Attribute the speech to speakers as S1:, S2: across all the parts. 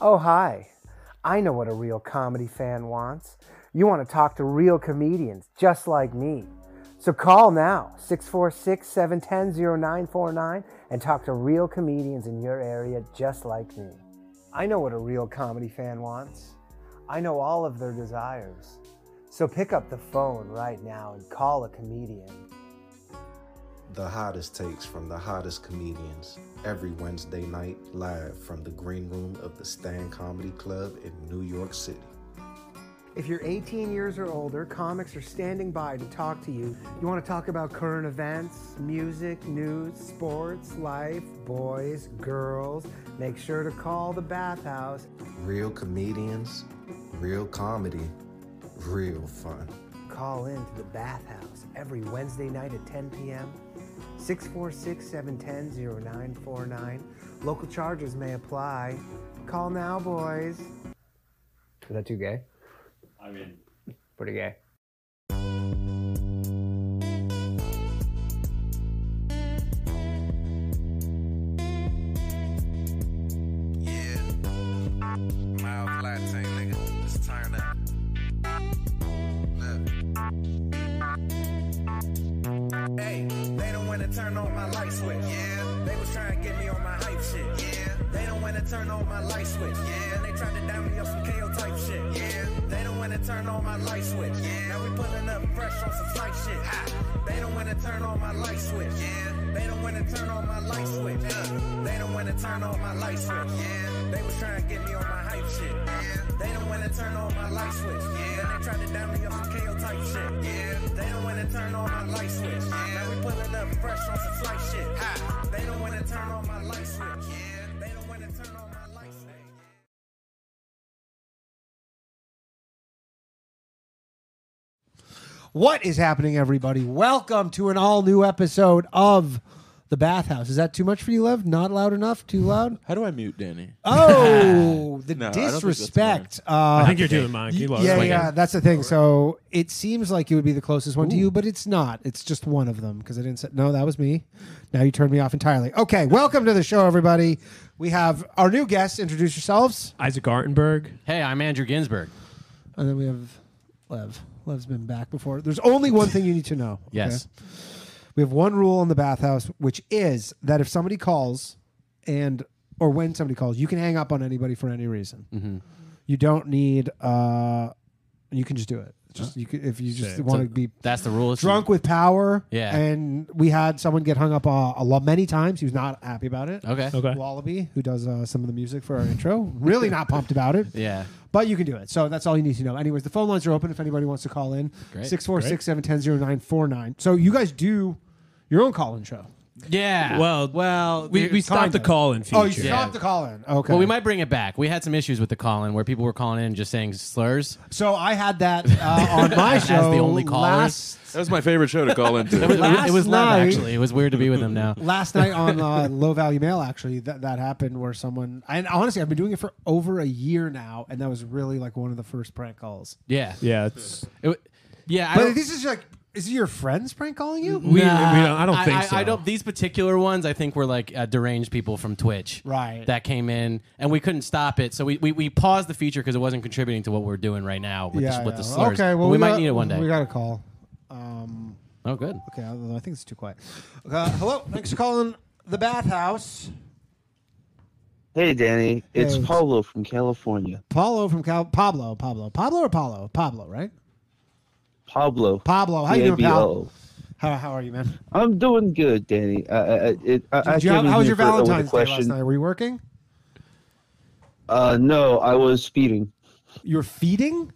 S1: Oh, hi. I know what a real comedy fan wants. You want to talk to real comedians just like me. So call now, 646 710 0949, and talk to real comedians in your area just like me. I know what a real comedy fan wants. I know all of their desires. So pick up the phone right now and call a comedian.
S2: The hottest takes from the hottest comedians every Wednesday night live from the green room of the Stan Comedy Club in New York City.
S1: If you're 18 years or older, comics are standing by to talk to you. You want to talk about current events, music, news, sports, life, boys, girls. Make sure to call the bathhouse.
S2: Real comedians, real comedy, real fun.
S1: Call in to the bathhouse every Wednesday night at 10 p.m. 646 710 0949. Local charges may apply. Call now, boys. Is that too gay?
S3: I mean,
S1: Pretty gay.
S4: Yeah. Mild latte, nigga. Let's turn up. Look. Hey, they don't wanna turn on my light switch. Yeah. They was trying to get me on my hype shit. Yeah. They don't wanna turn on my light switch. Yeah. And they tried to down me up some KO type shit. Yeah. They don't wanna turn on my light switch. Yeah. Now we pulling up fresh on some slight shit. Ah. They don't wanna turn on my light switch. Yeah. They don't wanna turn on my light switch. Uh, They don't wanna turn on my light switch. Yeah. They was trying to get me on my hype shit. Yeah. They don't wanna turn on my light switch. Yeah. And they tried to down me up some KO type shit. Yeah. They don't wanna turn on my light switch. Yeah. Now we pulling up fresh on some slight shit. Ah. They don't wanna turn on my light switch. Yeah. They don't wanna turn on my light switch.
S5: What is happening, everybody? Welcome to an all new episode of The Bathhouse. Is that too much for you, Lev? Not loud enough? Too loud?
S6: How do I mute Danny?
S5: Oh, the
S6: No, I don't think that's
S5: disrespect. Uh,
S7: I think you're doing mine. Keep on
S5: yeah,
S7: swinging.
S5: yeah, that's the thing. So it seems like it would be the closest one to you, but it's not. It's just one of them because I didn't say, no, that was me. Now you turned me off entirely. Okay, welcome to the show, everybody. We have our new guests. Introduce yourselves.
S7: Isaac Artenberg.
S8: Hey, I'm Andrew Ginsburg.
S5: And then we have Lev. Lev's been back before. There's only one thing you need to know.
S8: Yes.
S5: okay? We have one rule in the bathhouse, which is that if somebody calls and or when somebody calls, you can hang up on anybody for any reason.
S8: Mm-hmm.
S5: You don't need uh you can just do it. Just you could, if you just
S7: Sick.
S5: want to be
S8: That's the rule. It's-
S5: drunk with power.
S8: Yeah.
S5: And we had someone get hung up uh, a lot many times. He was not happy about it.
S8: Okay.
S7: Okay.
S5: Wallaby, who does uh, some of the music for our intro, really not pumped about it.
S8: Yeah.
S5: But you can do it. So that's all you need to know. Anyways, the phone lines are open if anybody wants to call in.
S8: Great.
S5: 646 710 0949. So you guys do your own call in show.
S8: Yeah.
S7: Well,
S8: well,
S7: we,
S8: there-
S7: we stopped the
S5: kinda.
S7: call in
S5: Oh,
S7: feature.
S5: you
S8: Yeah.
S5: stopped the call in. Okay.
S8: Well, we might bring it back. We had some issues with the call-in where people were calling in and just saying slurs.
S5: So I had that uh, on my
S8: As
S5: show.
S8: the only callers.
S5: Last,
S6: That was my favorite show to call
S8: It was,
S6: into.
S5: Last
S8: it was live,
S5: night-
S8: actually. It was weird to be with them now.
S5: last night on uh, Low Value Mail, actually, that, that happened where someone, and honestly, I've been doing it for over a year now, and that was really like one of the first prank calls.
S8: Yeah.
S7: Yeah, it's,
S8: It w- yeah. I
S5: But
S8: don't-
S5: this is like, is it your friends prank calling you?
S7: we, we don't, I don't think
S8: I,
S7: so.
S8: I don't. These particular ones, I think, were like uh, deranged people from Twitch,
S5: Right.
S8: That came in, and we couldn't stop it, so we, we, we paused the feature because it wasn't contributing to what we're doing right now with, the, with the slurs.
S5: Okay, well,
S8: But we, might
S5: got-
S8: need it one day.
S5: We got a call. Um,
S8: oh, good.
S5: okay, I don't know, I think it's too quiet. Uh, hello, thanks for calling the bathhouse.
S9: Hey, Danny. It's
S5: Hey.
S9: Pablo from California.
S5: Pablo from Cal. Pablo, Pablo, Pablo or Paulo? Pablo, right?
S9: Pablo.
S5: Pablo, how you doing,
S9: P-A-B-L-O.
S5: pal? How, how are you, man? Did
S9: I'm doing good, Danny. I, I, I- it, I, I
S5: you have-
S9: came in
S5: how was
S9: here
S5: your
S9: for- uh, with a
S5: Valentine's Day last
S9: question.
S5: night? Were you working?
S9: Uh, no, I was speeding.
S5: You were feeding?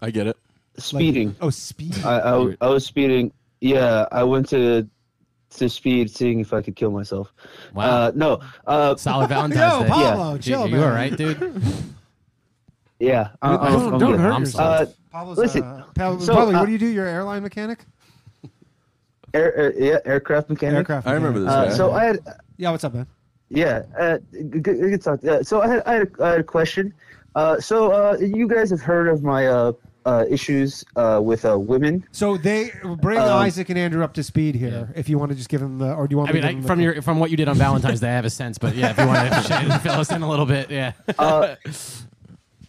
S6: I get it.
S5: Like-
S9: Speeding.
S5: oh, speeding.
S9: I, I, I was speeding. Yeah, I went to to speed, seeing if I could kill myself.
S8: Wow.
S9: Uh, no. Uh,
S8: Solid Valentine's
S5: Yo,
S8: Day.
S5: Pablo,
S8: You-
S5: chill,
S8: you,
S5: man.
S8: all right, dude?
S9: yeah. I, I,
S5: don't
S9: Uh, oh, I'm
S5: don't
S9: good.
S5: hurt
S8: I'm
S5: yourself.
S9: Uh,
S5: Pablo's,
S9: listen,
S5: uh, Pablo,
S9: so,
S5: Pablo,
S9: uh,
S5: what do you do? You're an airline mechanic?
S9: air, air, yeah, aircraft mechanic.
S5: Aircraft.
S6: I remember this
S9: Uh,
S6: guy.
S9: so I had
S5: Yeah, what's up, man?
S9: Yeah, uh, good, good talk. Uh, so I had, I had, a, I had a question. Uh, so uh, you guys have heard of my uh, uh, uh, issues uh, with uh, women.
S5: So they bring
S9: Um,
S5: Isaac and Andrew up to speed here. If you want to just give them the, or do you want?
S8: I
S5: me
S8: mean,
S5: to
S8: I,
S5: give them
S8: from
S5: the,
S8: your from what you did on Valentine's Day, I have a sense. But yeah, if you want to fill us in a little bit, yeah.
S9: Uh,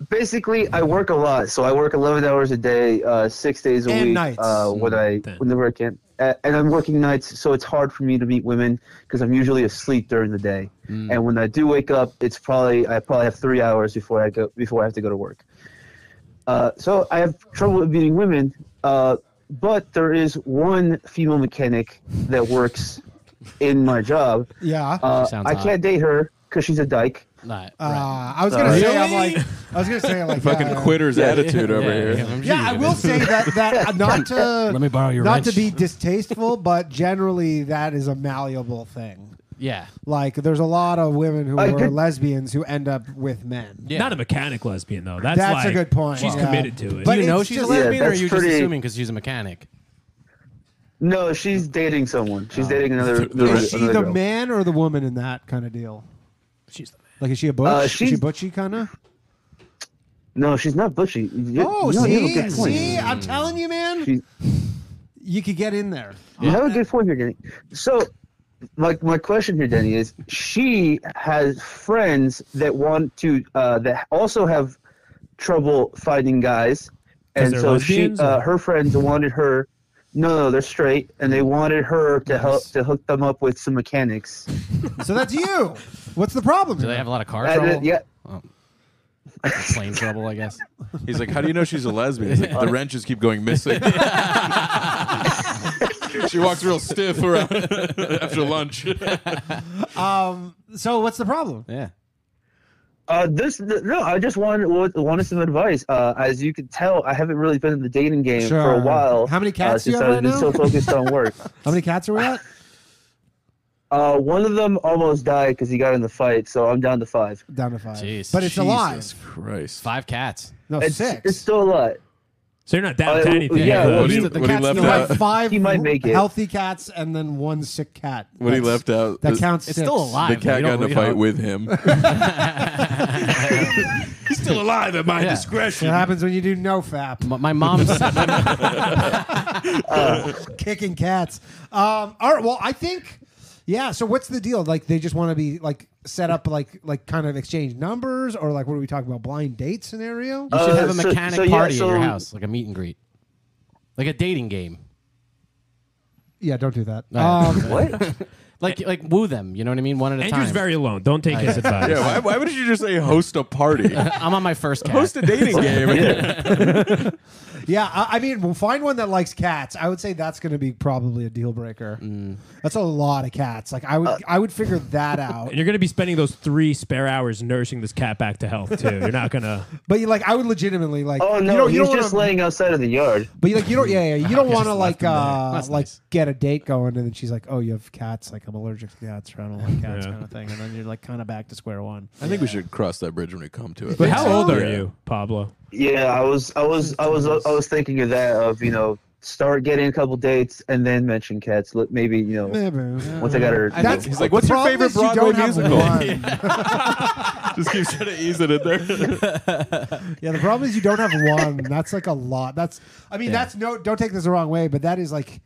S9: Basically, I work a lot, so I work 11 hours a day, uh, six days a
S5: And
S9: week.
S5: nights. Mm,
S9: Uh, when I
S7: Then.
S9: whenever I can, uh, and I'm working nights, so it's hard for me to meet women because I'm usually asleep during the day.
S5: Mm.
S9: And when I do wake up, it's probably I probably have three hours before I go before I have to go to work. Uh, so I have trouble with meeting women, uh, but there is one female mechanic that works in my job.
S5: yeah.
S9: Uh,
S8: Sounds
S9: I
S8: hot.
S9: can't date her because she's a dyke.
S8: Not, right.
S5: Uh, I was gonna
S9: Sorry.
S5: say I'm like I was gonna say like
S6: Fucking
S5: yeah.
S6: quitter's attitude over
S8: Yeah,
S6: here.
S8: yeah, I'm
S5: Yeah, I
S8: sure
S5: will say that that uh, not to
S8: Let me borrow your
S5: not
S8: wrench.
S5: to be distasteful, but generally that is a malleable thing.
S8: Yeah,
S5: Like there's a lot of women who
S9: I
S5: are
S9: did-
S5: lesbians who end up with men.
S8: yeah.
S7: Not a mechanic lesbian though. That's,
S5: That's
S7: like-
S5: a good point.
S7: She's
S5: yeah.
S7: committed to it.
S5: But
S8: Do you know
S5: it's
S8: she's
S5: just-
S8: a lesbian, or are
S9: that's
S8: you
S9: pretty-
S8: just assuming because she's a mechanic?
S9: No, she's dating someone.
S5: Oh.
S9: She's dating another.
S5: Is she
S9: another
S5: the
S9: girl.
S5: man or the woman in that kind of deal?
S7: she's the man.
S5: Like, is she a butch?
S9: Uh,
S5: is she
S9: she's-
S5: butchy kind of?
S9: No, she's not bushy. You-
S5: Oh,
S9: you know, you have a
S5: see,
S9: good point.
S5: see, I'm telling you, man,
S9: She-
S5: you could get in there.
S9: You have a good point here, Denny. So, my my question here, Denny, is she has friends that want to uh, that also have trouble finding guys, and
S7: they're
S9: so she
S7: lesbians,
S9: uh,
S7: or-
S9: her friends wanted her. No, no, they're straight, and they wanted her to help to hook them up with some mechanics.
S5: So that's you. What's the problem?
S8: Do
S5: here?
S8: they have a lot of car
S9: And, uh,
S8: trouble?
S9: yeah,
S8: plane trouble, I guess.
S6: He's like, how do you know she's a lesbian? He's like, the wrenches keep going missing. she walks real stiff around after lunch.
S5: Um, so what's the problem?
S8: Yeah.
S9: Uh, this th- no, I just wanted wa- wanted some advice. Uh, as you can tell, I haven't really been in the dating game for
S5: Sure.
S9: a while.
S5: How many
S9: uh,
S5: cats do you
S9: since
S5: have
S9: I've
S5: right
S9: been
S5: now?
S9: so focused on work.
S5: How many cats are we at?
S9: uh, one of them almost died because he got in the fight, so I'm down to five.
S5: Down to five.
S8: Jeez.
S5: but it's
S6: Jesus
S5: a alive.
S6: Christ.
S8: Five cats.
S5: No,
S9: It's,
S5: Oh, six.
S9: it's still a lot.
S7: So you're not down
S9: Uh,
S7: to anything.
S9: yeah,
S7: though.
S9: well,
S6: What he,
S5: the
S6: what he
S5: cats,
S6: left
S5: you'll have
S6: out?
S5: five
S9: He might make it.
S5: healthy cats and then one sick cat.
S6: What he
S5: That's-
S6: left out?
S5: That
S6: the-
S5: counts.
S8: It's
S5: six.
S8: still alive.
S6: The cat
S8: You
S6: got in
S8: don't-
S6: a
S8: you
S6: fight
S8: don't-
S6: with him. He's still alive at my
S8: Yeah.
S5: It
S6: discretion.
S5: happens when you do no fap.
S8: My, my mom's.
S5: Uh, kicking cats. Um, all right. Well, I think. Yeah. So what's the deal? Like they just want to be like set up like like kind of exchange numbers or like what are we talking about? Blind date scenario?
S8: You should
S9: Uh,
S8: have a
S9: so-
S8: mechanic
S9: so, yeah,
S8: party at
S9: so-
S8: your house, like a meet and greet, like a dating game.
S5: yeah. Don't do that.
S8: All
S5: Um,
S9: What?
S8: Like like woo them. You know what I mean? One at a
S7: Andrew's
S8: time.
S7: very alone. Don't take his advice.
S6: Yeah, why, why would you just say host a party?
S8: I'm on my first cat.
S6: host a dating game.
S5: yeah. I, I mean, we'll find one that likes cats. I would say that's going to be probably a deal breaker.
S9: Mm.
S5: That's a lot of cats. Like I
S9: Uh,
S5: would I would figure that out.
S7: And you're going to be spending those three spare hours nursing this cat back to health too. You're not going to.
S5: But you like I would legitimately like.
S9: Oh no,
S5: You don't, you
S9: he's
S5: don't
S9: just
S5: wanna,
S9: laying outside of the yard.
S5: But you like you don't. Yeah. yeah you don't want to like
S8: him there.
S5: uh
S8: That's
S5: like
S8: nice.
S5: get a date going and then she's like, oh, you have cats. Like I'm allergic to cats. Or I don't like cats.
S7: Yeah.
S5: Kind of thing. And then you're like kind of back to square one.
S6: I think we should cross that bridge when we come to it.
S7: But how old are
S6: Yeah.
S7: you, Pablo?
S9: Yeah, I was, I was, I was, I was thinking of that. Of you know, start getting a couple dates and then mention cats. Look, maybe you know, once I got her.
S5: That's-
S6: He's like, what's your
S5: Problem
S6: favorite
S5: is you don't
S6: Broadway
S5: have
S6: musical?
S5: one.
S6: Just keeps trying to ease it in there.
S5: Yeah, the problem is you don't have one. That's like a lot. That's I mean, that's no. Don't take this the wrong way, but that is like,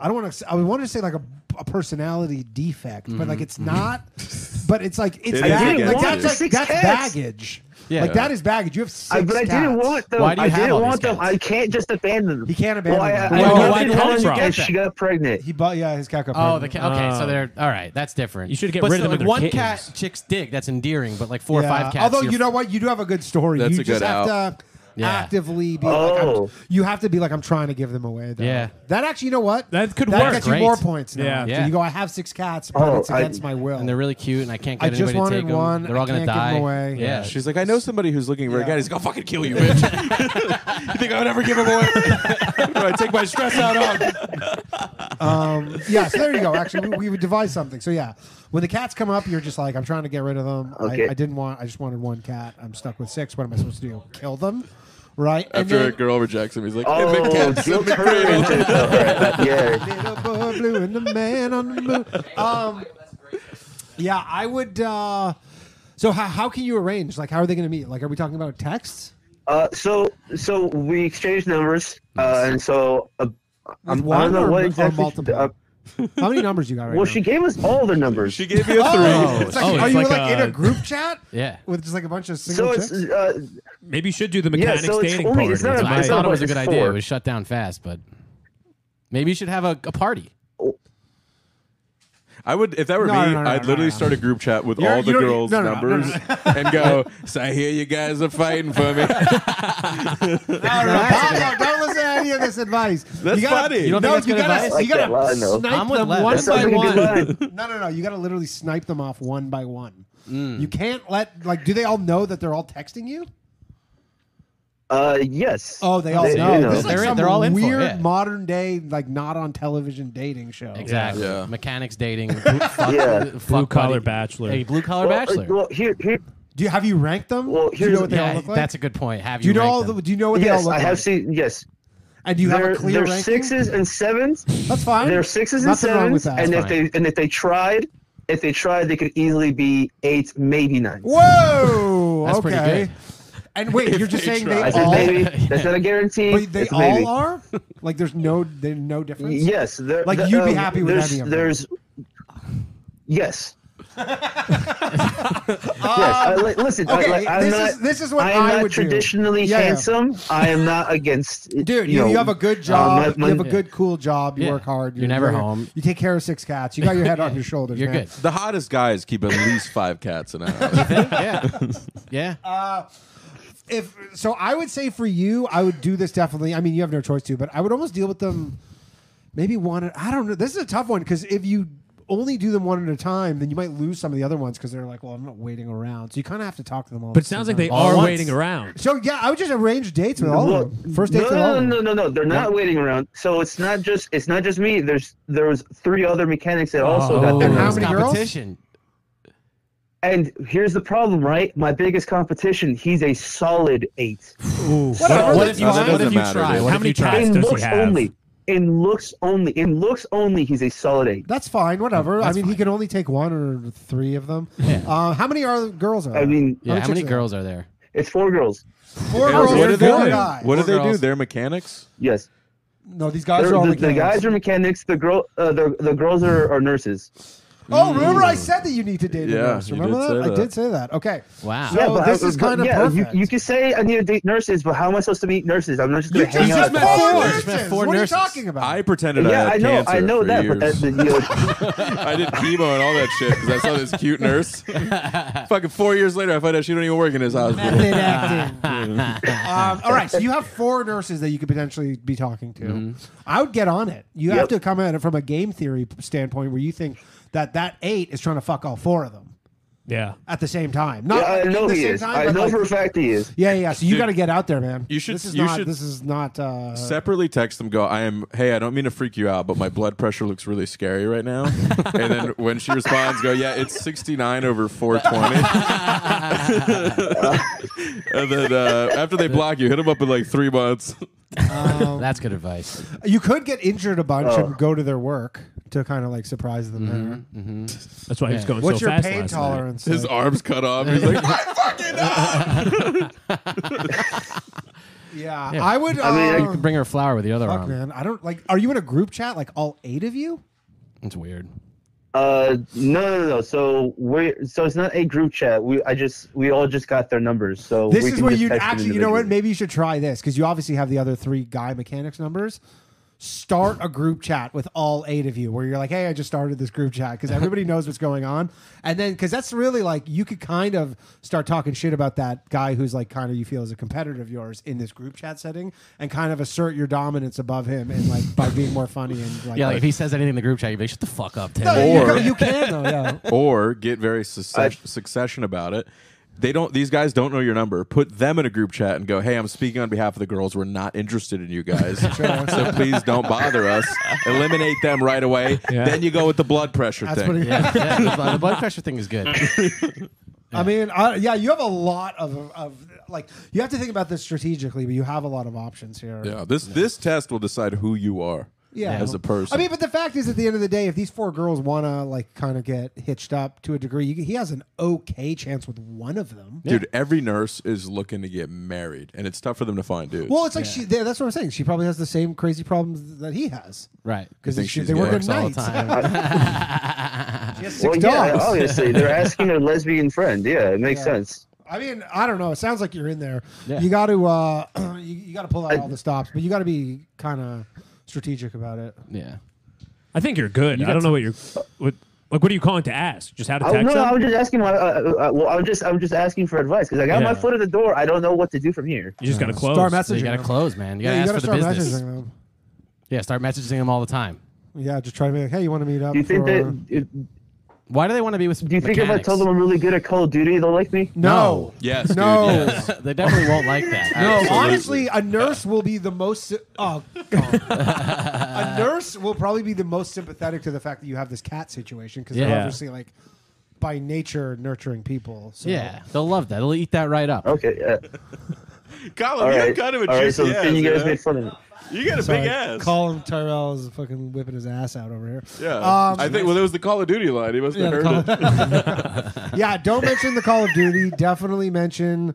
S5: I don't want to. I want to say like a, a personality defect, but like it's
S9: Mm-hmm.
S5: not. but it's like it's
S6: is
S5: bag,
S6: against
S5: like
S6: you.
S5: that's
S6: I
S5: like
S9: didn't want
S5: that's
S9: six
S5: baggage.
S8: Yeah.
S5: like that is baggage. You have six.
S9: I, but I didn't
S5: cats.
S9: want them.
S8: Why do you
S9: I
S8: have
S9: didn't
S8: all these
S9: want them.
S8: cats?
S9: I can't just abandon them.
S5: He can't abandon
S9: well, I,
S5: them.
S9: I,
S5: Why-
S9: I
S7: why
S9: didn't
S7: did
S9: want them
S7: you get
S9: because
S7: that?
S9: she got pregnant.
S5: He bought yeah his cat got
S8: Oh,
S5: pregnant.
S8: the cat. Okay,
S7: Uh,
S8: so they're all right. That's different.
S7: You should get
S8: But
S7: rid of
S8: still, like
S7: them and
S8: one
S7: their
S8: cat
S7: kittens.
S8: chicks dick. That's endearing, but like four
S5: Yeah.
S8: or five cats.
S5: Although
S8: you're-
S5: you know what, you do have a good story.
S6: That's
S5: you
S6: a
S5: just
S6: good
S5: have
S6: out.
S5: to
S8: Yeah.
S5: actively be
S9: Oh.
S5: like, I'm, you have to be like, I'm trying to give them away. Though.
S8: Yeah.
S5: that actually, you know what,
S7: That could
S5: that
S7: work.
S5: gets
S8: Great.
S5: you more points. Now.
S7: Yeah.
S5: So
S8: Yeah.
S5: you go, I have six cats, but
S9: Oh,
S5: it's
S9: I-
S5: against my will.
S8: and they're really cute, and I can't
S5: I
S8: get anybody
S5: just
S8: to
S5: wanted
S8: take them.
S5: one.
S8: They're all
S5: I
S8: gonna
S5: can't give
S8: die.
S5: them away.
S8: Yeah.
S5: Yeah.
S6: She's like, I know somebody who's looking for a
S5: Yeah.
S6: guy. He's like, I'll fucking kill you, bitch. you think I would ever give him away? I take my stress out on.
S5: um, yeah, so there you go. Actually, we, we would devise something. So yeah, when the cats come up, you're just like, I'm trying to get rid of them.
S9: Okay.
S5: I, I didn't want. I just wanted one cat. I'm stuck with six. What am I supposed to do? Kill them, right? And
S6: After a
S5: then-
S6: girl rejects him, he's like,
S9: Oh,
S6: "Hey, big cat, sit in
S9: guilt
S6: the
S9: her
S6: cradle."
S9: into it. All right, yeah.
S5: Little boy uh, blue and the man on the moon. Um, yeah, I would. Uh, so how, how can you arrange? Like, how are they going to meet? Like, are we talking about texts?
S9: Uh, so so we exchanged numbers, uh, and so uh, I'm, I
S5: one
S9: don't know what
S5: or mu- or
S9: exactly.
S5: multiple?
S9: uh,
S5: How many numbers you got right
S9: well,
S5: now?
S9: she gave us all the numbers.
S6: She gave me a three.
S5: It's like,
S8: Oh, it's
S5: are you
S7: like
S5: like, in a
S7: a-
S5: group chat
S8: Yeah.
S5: with just like a bunch of single
S9: so
S5: chicks?
S9: it's uh,
S7: Maybe you should do the
S9: Yeah,
S7: mechanics
S9: so it's
S7: dating
S9: only-
S7: part.
S9: it's not
S7: That's
S9: a-
S7: my-
S8: I
S9: it's
S8: thought
S9: not
S8: it was a
S9: like
S8: good
S9: it's
S8: idea.
S9: four.
S8: It was shut down fast, but maybe you should have a, a party.
S6: I would, if that were
S5: No,
S6: me,
S5: no, no, no,
S6: I'd
S5: no,
S6: literally
S5: no.
S6: start a group chat with
S5: You're-
S6: all the
S5: you're-
S6: girls'
S5: no, no, no, no,
S6: numbers and go. So I hear you guys are fighting for me.
S5: No, that's- no, don't listen to any of this advice.
S6: That's
S5: you gotta,
S6: funny. You
S8: don't
S5: no,
S8: think that's
S5: you
S8: good
S5: gotta,
S8: advice?
S9: Like
S5: you
S9: that
S5: gotta
S9: line, though.
S5: snipe
S8: I'm with
S5: them
S8: Lev.
S5: one
S8: That's
S5: by
S9: such a good
S5: one. No, no, no. You gotta literally snipe them off one by one. You can't let like. Do they all know that they're all texting you?
S9: uh, yes.
S5: Oh, they all
S9: They-
S5: know.
S9: you know.
S5: This is like
S8: They're-
S5: some
S8: they're all in for it,
S5: weird
S8: yeah.
S5: modern day, like not on television dating show.
S8: Exactly.
S6: Yeah.
S8: Mechanics dating. fuck-
S9: Yeah.
S8: fuck
S7: Blue collar
S8: buddy.
S7: bachelor.
S8: Hey, blue collar
S9: well, uh,
S8: bachelor.
S9: well, here, here,
S5: Do you have you ranked them?
S9: Well,
S5: do you know
S9: here's-
S5: what they
S8: yeah,
S5: all look like?
S8: that's a good point. Have
S5: do you know
S8: ranked
S5: all
S8: them?
S5: the? Do you know what they all
S9: yes,
S5: look
S9: I
S5: like?
S9: have seen. Yes,
S5: and do you have
S9: they're,
S5: a clear
S9: they're
S5: ranking?
S9: sixes and sevens.
S5: That's fine.
S9: They're sixes and
S5: Nothing wrong with
S9: sevens,
S5: that.
S9: and
S8: That's
S9: if they and if they tried, if they tried, they could easily be eights, maybe nines.
S5: Whoa.
S8: That's
S5: okay.
S8: pretty good.
S5: And wait, you're just
S6: they
S5: saying
S6: try.
S9: I
S5: they
S9: said
S5: all
S9: maybe. That's not a guarantee.
S5: But they
S9: It's a
S5: all
S9: maybe.
S5: are. Like there's no there's no difference.
S9: Yes, there-
S5: Like,
S9: the-
S5: you'd be
S9: um,
S5: happy with
S9: there's,
S5: any of them.
S9: There's, yes. yes. I, li- listen, I,
S5: Um, okay,
S9: like, I'm
S5: this
S9: not,
S5: is- this is what
S9: I'm
S5: I
S9: not
S5: would do.
S9: traditionally
S5: Yeah, yeah.
S9: handsome. I am not against.
S5: Dude, you,
S9: know,
S5: you have a good
S9: uh,
S5: job.
S9: my- my-
S5: you have a good, cool job. You
S8: Yeah.
S5: work hard.
S8: You're never
S5: you
S8: home.
S5: You take care of six cats. You got your head on your shoulders.
S8: You're
S5: man.
S8: good.
S6: The hottest guys keep at least five cats in a house.
S8: yeah. Yeah.
S5: Uh, If so, I would say for you, I would do this definitely. I mean, you have no choice to, but I would almost deal with them. Maybe one. at- I don't know. This is a tough one because if you only do them one at a time, then you might lose some of the other ones because they're like, well, I'm not waiting around. So you kind of have to talk to them all. at
S7: but it
S5: the
S7: sounds
S5: same
S7: like they
S5: time.
S8: All
S7: are
S8: once.
S7: waiting around.
S5: So yeah, I would just arrange dates with all
S9: Well,
S5: of them. First dates
S9: no,
S5: with
S9: no,
S5: all of them.
S9: no, no, no. They're not waiting around. So it's not just it's not just me. There's there was three other mechanics that also got
S5: Oh. And
S9: them.
S5: how
S8: it's
S5: many girls?
S8: competition.
S9: And here's the problem, right? My biggest competition. He's a solid eight.
S5: Whatever,
S8: What
S5: that's
S8: if you,
S6: No,
S5: fine.
S6: that
S8: what if
S6: doesn't
S8: you
S6: matter,
S8: try?
S6: dude.
S8: What
S7: How
S8: if
S7: many
S8: you try?
S7: times
S9: in
S7: does he
S9: looks
S7: have?
S9: only. In looks only. In looks only. He's a solid eight.
S5: That's fine. Whatever. I mean, he can only take one or three of them. Uh, how many are girls? Are
S9: I
S5: there?
S9: mean,
S8: Yeah, how
S5: chicks
S8: many
S5: are there?
S8: girls are there?
S9: it's four girls.
S5: Four
S6: And
S5: girls
S6: what do
S5: or four
S6: they do?
S5: guys?
S6: What do they do?
S8: girls.
S6: They're mechanics.
S9: Yes.
S5: No, these guys
S9: They're-
S5: are all
S9: the, the
S5: mechanics.
S9: guys are mechanics. The girl, uh, the the girls are, are nurses.
S5: Oh, remember
S9: Mm.
S5: I said that you need to date
S6: Yeah,
S5: a nurse.
S6: you
S5: Remember
S6: did say
S5: that? I
S6: that.
S5: did say that. Okay.
S8: Wow.
S5: So this is kind of
S9: yeah,
S5: perfect.
S9: You, you can say I need to date nurses, but how am I supposed to meet nurses? I'm not just
S5: You
S9: going to hang out.
S5: just
S9: at
S5: met
S9: the
S5: four
S9: hospital.
S8: You just met
S5: nurses.
S8: four
S5: What are you
S8: nurses.
S5: talking about?
S6: I pretended I
S9: Yeah,
S6: had
S9: I know,
S6: cancer
S9: I know
S6: for
S9: that, but that,
S6: years.
S9: that, you know,
S6: I did chemo and all that shit because I saw this cute nurse. Fucking four years later, I find out she don't even work in his hospital.
S5: Method acting. um, all right, so you have four nurses that you could potentially be talking to. I would get on it. You have
S9: Mm-hmm. Yep.
S5: to come at it from a game theory standpoint where you think that that eight is trying to fuck all four of them
S7: Yeah.
S5: at the same time. Not
S9: yeah, I
S5: at
S9: know
S5: the
S9: he
S5: same
S9: is.
S5: time,
S9: I
S5: but
S9: know
S5: like-
S9: for a fact he is.
S5: yeah, yeah. So you got to get out there, man.
S6: you should-
S5: This is
S6: you
S5: not.
S6: should-
S5: This is not. Uh,
S6: Separately text them, go, I am, hey, I don't mean to freak you out, but my blood pressure looks really scary right now. and then when she responds, go, yeah, it's 69 over 420. and then uh, after they block you, hit them up in like three months.
S5: Um,
S8: That's good advice.
S5: you could get injured a bunch
S6: Oh.
S5: and go to their work to kind of like surprise them. there.
S7: That's why he was going
S5: What's
S7: so
S5: your
S7: fast
S5: pain
S7: last night.
S5: tolerance?
S6: Mm-hmm, His
S5: like?
S6: arms cut off. He's like, "My fucking arm!"
S5: yeah, I would.
S9: mean, I
S5: um,
S8: You can bring her a flower with the other
S5: fuck,
S8: arm.
S5: man. I don't like. Are you in a group chat? Like all eight of you?
S8: It's weird.
S9: Uh, no, no, no. So we are so it's not a group chat. We I just we all just got their numbers. So
S5: This
S9: we
S5: is
S9: can
S5: where
S9: just
S5: you
S9: text them
S5: actually, you know what?
S9: individually.
S5: Maybe you should try this because you obviously have the other three guy mechanics numbers. Start a group chat with all eight of you where you're like, hey, I just started this group chat because everybody knows what's going on. And then, because that's really like, you could kind of start talking shit about that guy who's like kind of you feel is a competitor of yours in this group chat setting and kind of assert your dominance above him and like by being more funny and like,
S8: Yeah, like if he says anything in the group chat, you'd be like, shut the fuck up, Tim.
S5: No, you,
S6: Or-
S5: can, you can, though, yeah.
S6: or get very success- succession about it. They don't. These guys don't know your number. Put them in a group chat and go, "Hey, I'm speaking on behalf of the girls. We're not interested in you guys, so please don't bother us. Eliminate them right away. Then you go with the blood pressure
S5: That's
S6: thing.
S5: pretty-
S8: Yeah, the- the blood pressure thing is good.
S5: I mean, I, yeah, you have a lot of, of like you have to think about this strategically, but you have a lot of options here.
S6: yeah, this this test will decide who you are.
S5: Yeah.
S6: as a person.
S5: I mean, but the fact is, at the end of the day, if these four girls want to like kind of get hitched up to a degree, you, he has an okay chance with one of them.
S6: Dude, every nurse is looking to get married, and it's tough for them to find dudes.
S5: Well, it's like she. yeah, That's what I'm saying. She probably has the same crazy problems that he has
S8: Right.
S5: because
S6: You
S5: they,
S6: think she's
S5: they work
S6: gay?
S5: at
S6: Works
S8: All the
S5: night.
S8: time.
S5: Six
S9: yeah,
S5: dogs.
S9: obviously they're asking their lesbian friend. Yeah, it makes sense.
S5: I mean, I don't know. It sounds like you're in there. You got to uh, you, you got to pull out all the stops, but you got to be kind of strategic about it.
S8: yeah.
S7: I think you're good. I don't know what you're. What, like, what are you calling to ask? Just
S5: Oh,
S7: how to
S9: I,
S7: text
S9: no,
S7: them?
S9: I was just asking. My, uh, uh, well, I was just I was just asking for advice because I got my
S7: Yeah.
S9: foot in the door. I don't know what to do from here.
S7: you just got to close.
S5: Star
S8: So
S5: messaging.
S8: you gotta
S5: them.
S8: close, man. You gotta
S5: yeah, you
S8: ask
S5: got to
S8: for the
S5: start
S8: business.
S5: messaging them.
S8: Yeah, start messaging them all the time.
S5: Yeah, just try to be like, hey, you want to meet up?
S9: Do you think
S5: for-
S9: that? Do
S8: Why do they want to be with?
S9: you think if I told them I'm really good at Call of Duty, they'll like me?
S5: No.
S6: yes, dude,
S5: No.
S6: yes.
S8: they definitely won't like that.
S5: No,
S6: Absolutely.
S5: honestly, a nurse will be the most. sy- Oh, God. a nurse will probably be the most sympathetic to the fact that you have this cat situation because
S8: Yeah.
S5: they're obviously like by nature nurturing people. So.
S8: Yeah, they'll love that. They'll eat that right up.
S9: Okay. Uh,
S6: Colin,
S9: all
S6: you
S9: right.
S6: have kind of a
S9: all right.
S6: juicy
S9: So
S6: ass.
S9: then you guys
S6: man.
S9: made fun of me.
S6: You got a
S5: Sorry,
S6: big ass.
S5: Call him Tyrell is fucking whipping his ass out over here.
S6: yeah,
S5: Um,
S6: I think. Well, it was the Call of Duty line. He must
S5: Yeah,
S6: have
S5: the
S6: heard it.
S5: yeah, don't mention the Call of Duty. Definitely mention.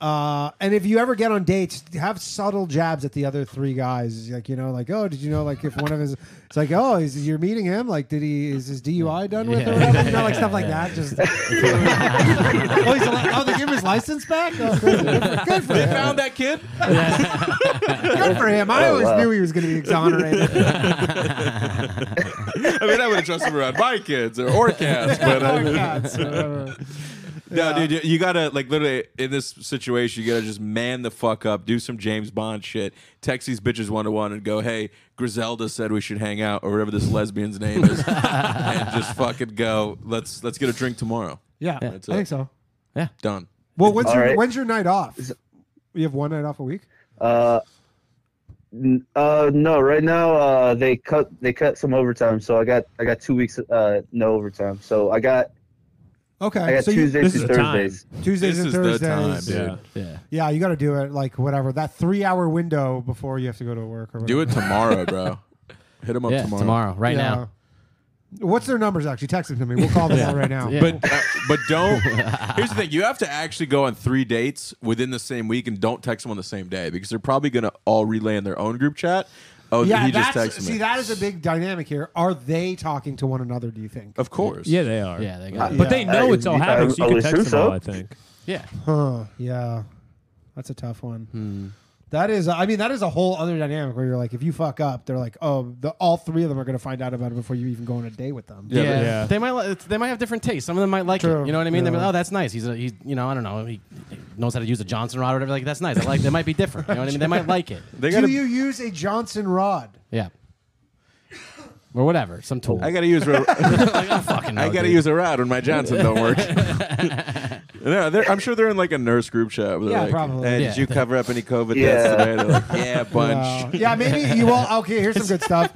S5: Uh, and if you ever get on dates, have subtle jabs at the other three guys. Like you know, like oh, did you know? Like if one of his, it's like oh, is you're meeting him? Like did he is his DUI done with or
S8: Yeah.
S5: whatever? You know, like stuff like that. Just oh, he's al- oh, they give him his license back. Oh, good, good for him.
S6: Found that kid.
S5: Good for him. I always
S9: Oh, wow.
S5: knew he was going to be exonerated.
S6: I mean, I would have trusted him around my kids or or cats, but I,
S5: Oh, God, so whatever.
S6: No, dude, you, you gotta like literally in this situation, you gotta just man the fuck up, do some James Bond shit, text these bitches one to one, and go, "Hey, Griselda said we should hang out, or whatever this lesbian's name is," and just fucking go. Let's let's get a drink tomorrow.
S5: yeah, I
S6: That's it.
S5: think so.
S6: Done.
S5: Well, when's
S9: All
S5: your
S9: right.
S5: when's your night off? You have one night off a week.
S9: Uh, n- uh, no. Right now, uh, they cut they cut some overtime, so I got I got two weeks uh no overtime. So I got
S5: Okay,
S9: I got
S5: so you,
S9: Tuesdays and
S7: this is the time.
S9: Thursdays.
S5: Tuesdays
S6: this
S5: and
S6: is
S5: Thursdays.
S6: the time, dude.
S7: Yeah.
S8: Yeah.
S5: Yeah, you got to do it like whatever that three hour window before you have to go to work or whatever.
S6: Do it tomorrow, bro. Hit them up
S8: Yeah. Tomorrow.
S6: tomorrow.
S8: Right
S5: Yeah.
S8: now.
S5: What's their numbers? Actually, text them to me. We'll call them all right now.
S8: Yeah.
S6: But uh, but don't. Here's the thing: you have to actually go on three dates within the same week, and don't text them on the same day because they're probably gonna all relay in their own group chat. Oh,
S5: Yeah,
S6: he just
S5: that's,
S6: texted me.
S5: see, that is a big dynamic here. Are they talking to one another? Do you think?
S6: of course.
S7: Yeah, they are.
S8: Yeah, they got it.
S7: But they know
S9: I-
S7: it's all
S9: I-
S7: happening, so
S9: I
S7: you can
S9: would
S7: text them
S9: assume
S7: all.
S9: so.
S7: I think.
S8: Yeah.
S5: Huh? Yeah, that's a tough one.
S6: Hmm.
S5: That is, I mean, that is a whole other dynamic where you're like, if you fuck up, they're like, oh, the, all three of them are going to find out about it before you even go on a date with them.
S8: Yeah.
S7: Yeah.
S8: They might li- it's- they might have different tastes. Some of them might like
S5: True.
S8: it. You know what I mean? They're
S5: Yeah.
S8: like, oh, that's nice. He's a, he's you know I don't know he he knows how to use a Johnson rod or whatever. Like that's nice. I like. They might be different. You know what I mean? They might like it.
S6: They
S5: Do
S6: gotta
S5: you use a Johnson rod?
S8: Yeah. Or whatever, some tool.
S6: I gotta use. Ro-
S8: Like, I don't fucking know,
S6: I gotta
S8: dude.
S6: use a rod when my Johnson don't work. no, they're- I'm sure they're in like a nurse group chat. Where they're
S5: Yeah,
S6: like,
S5: probably.
S6: Hey,
S8: Yeah.
S6: Did you cover up any COVID
S9: Yeah.
S6: deaths today? They're like, yeah, a
S5: Wow.
S6: bunch.
S5: yeah, maybe you all okay. Here's some good stuff.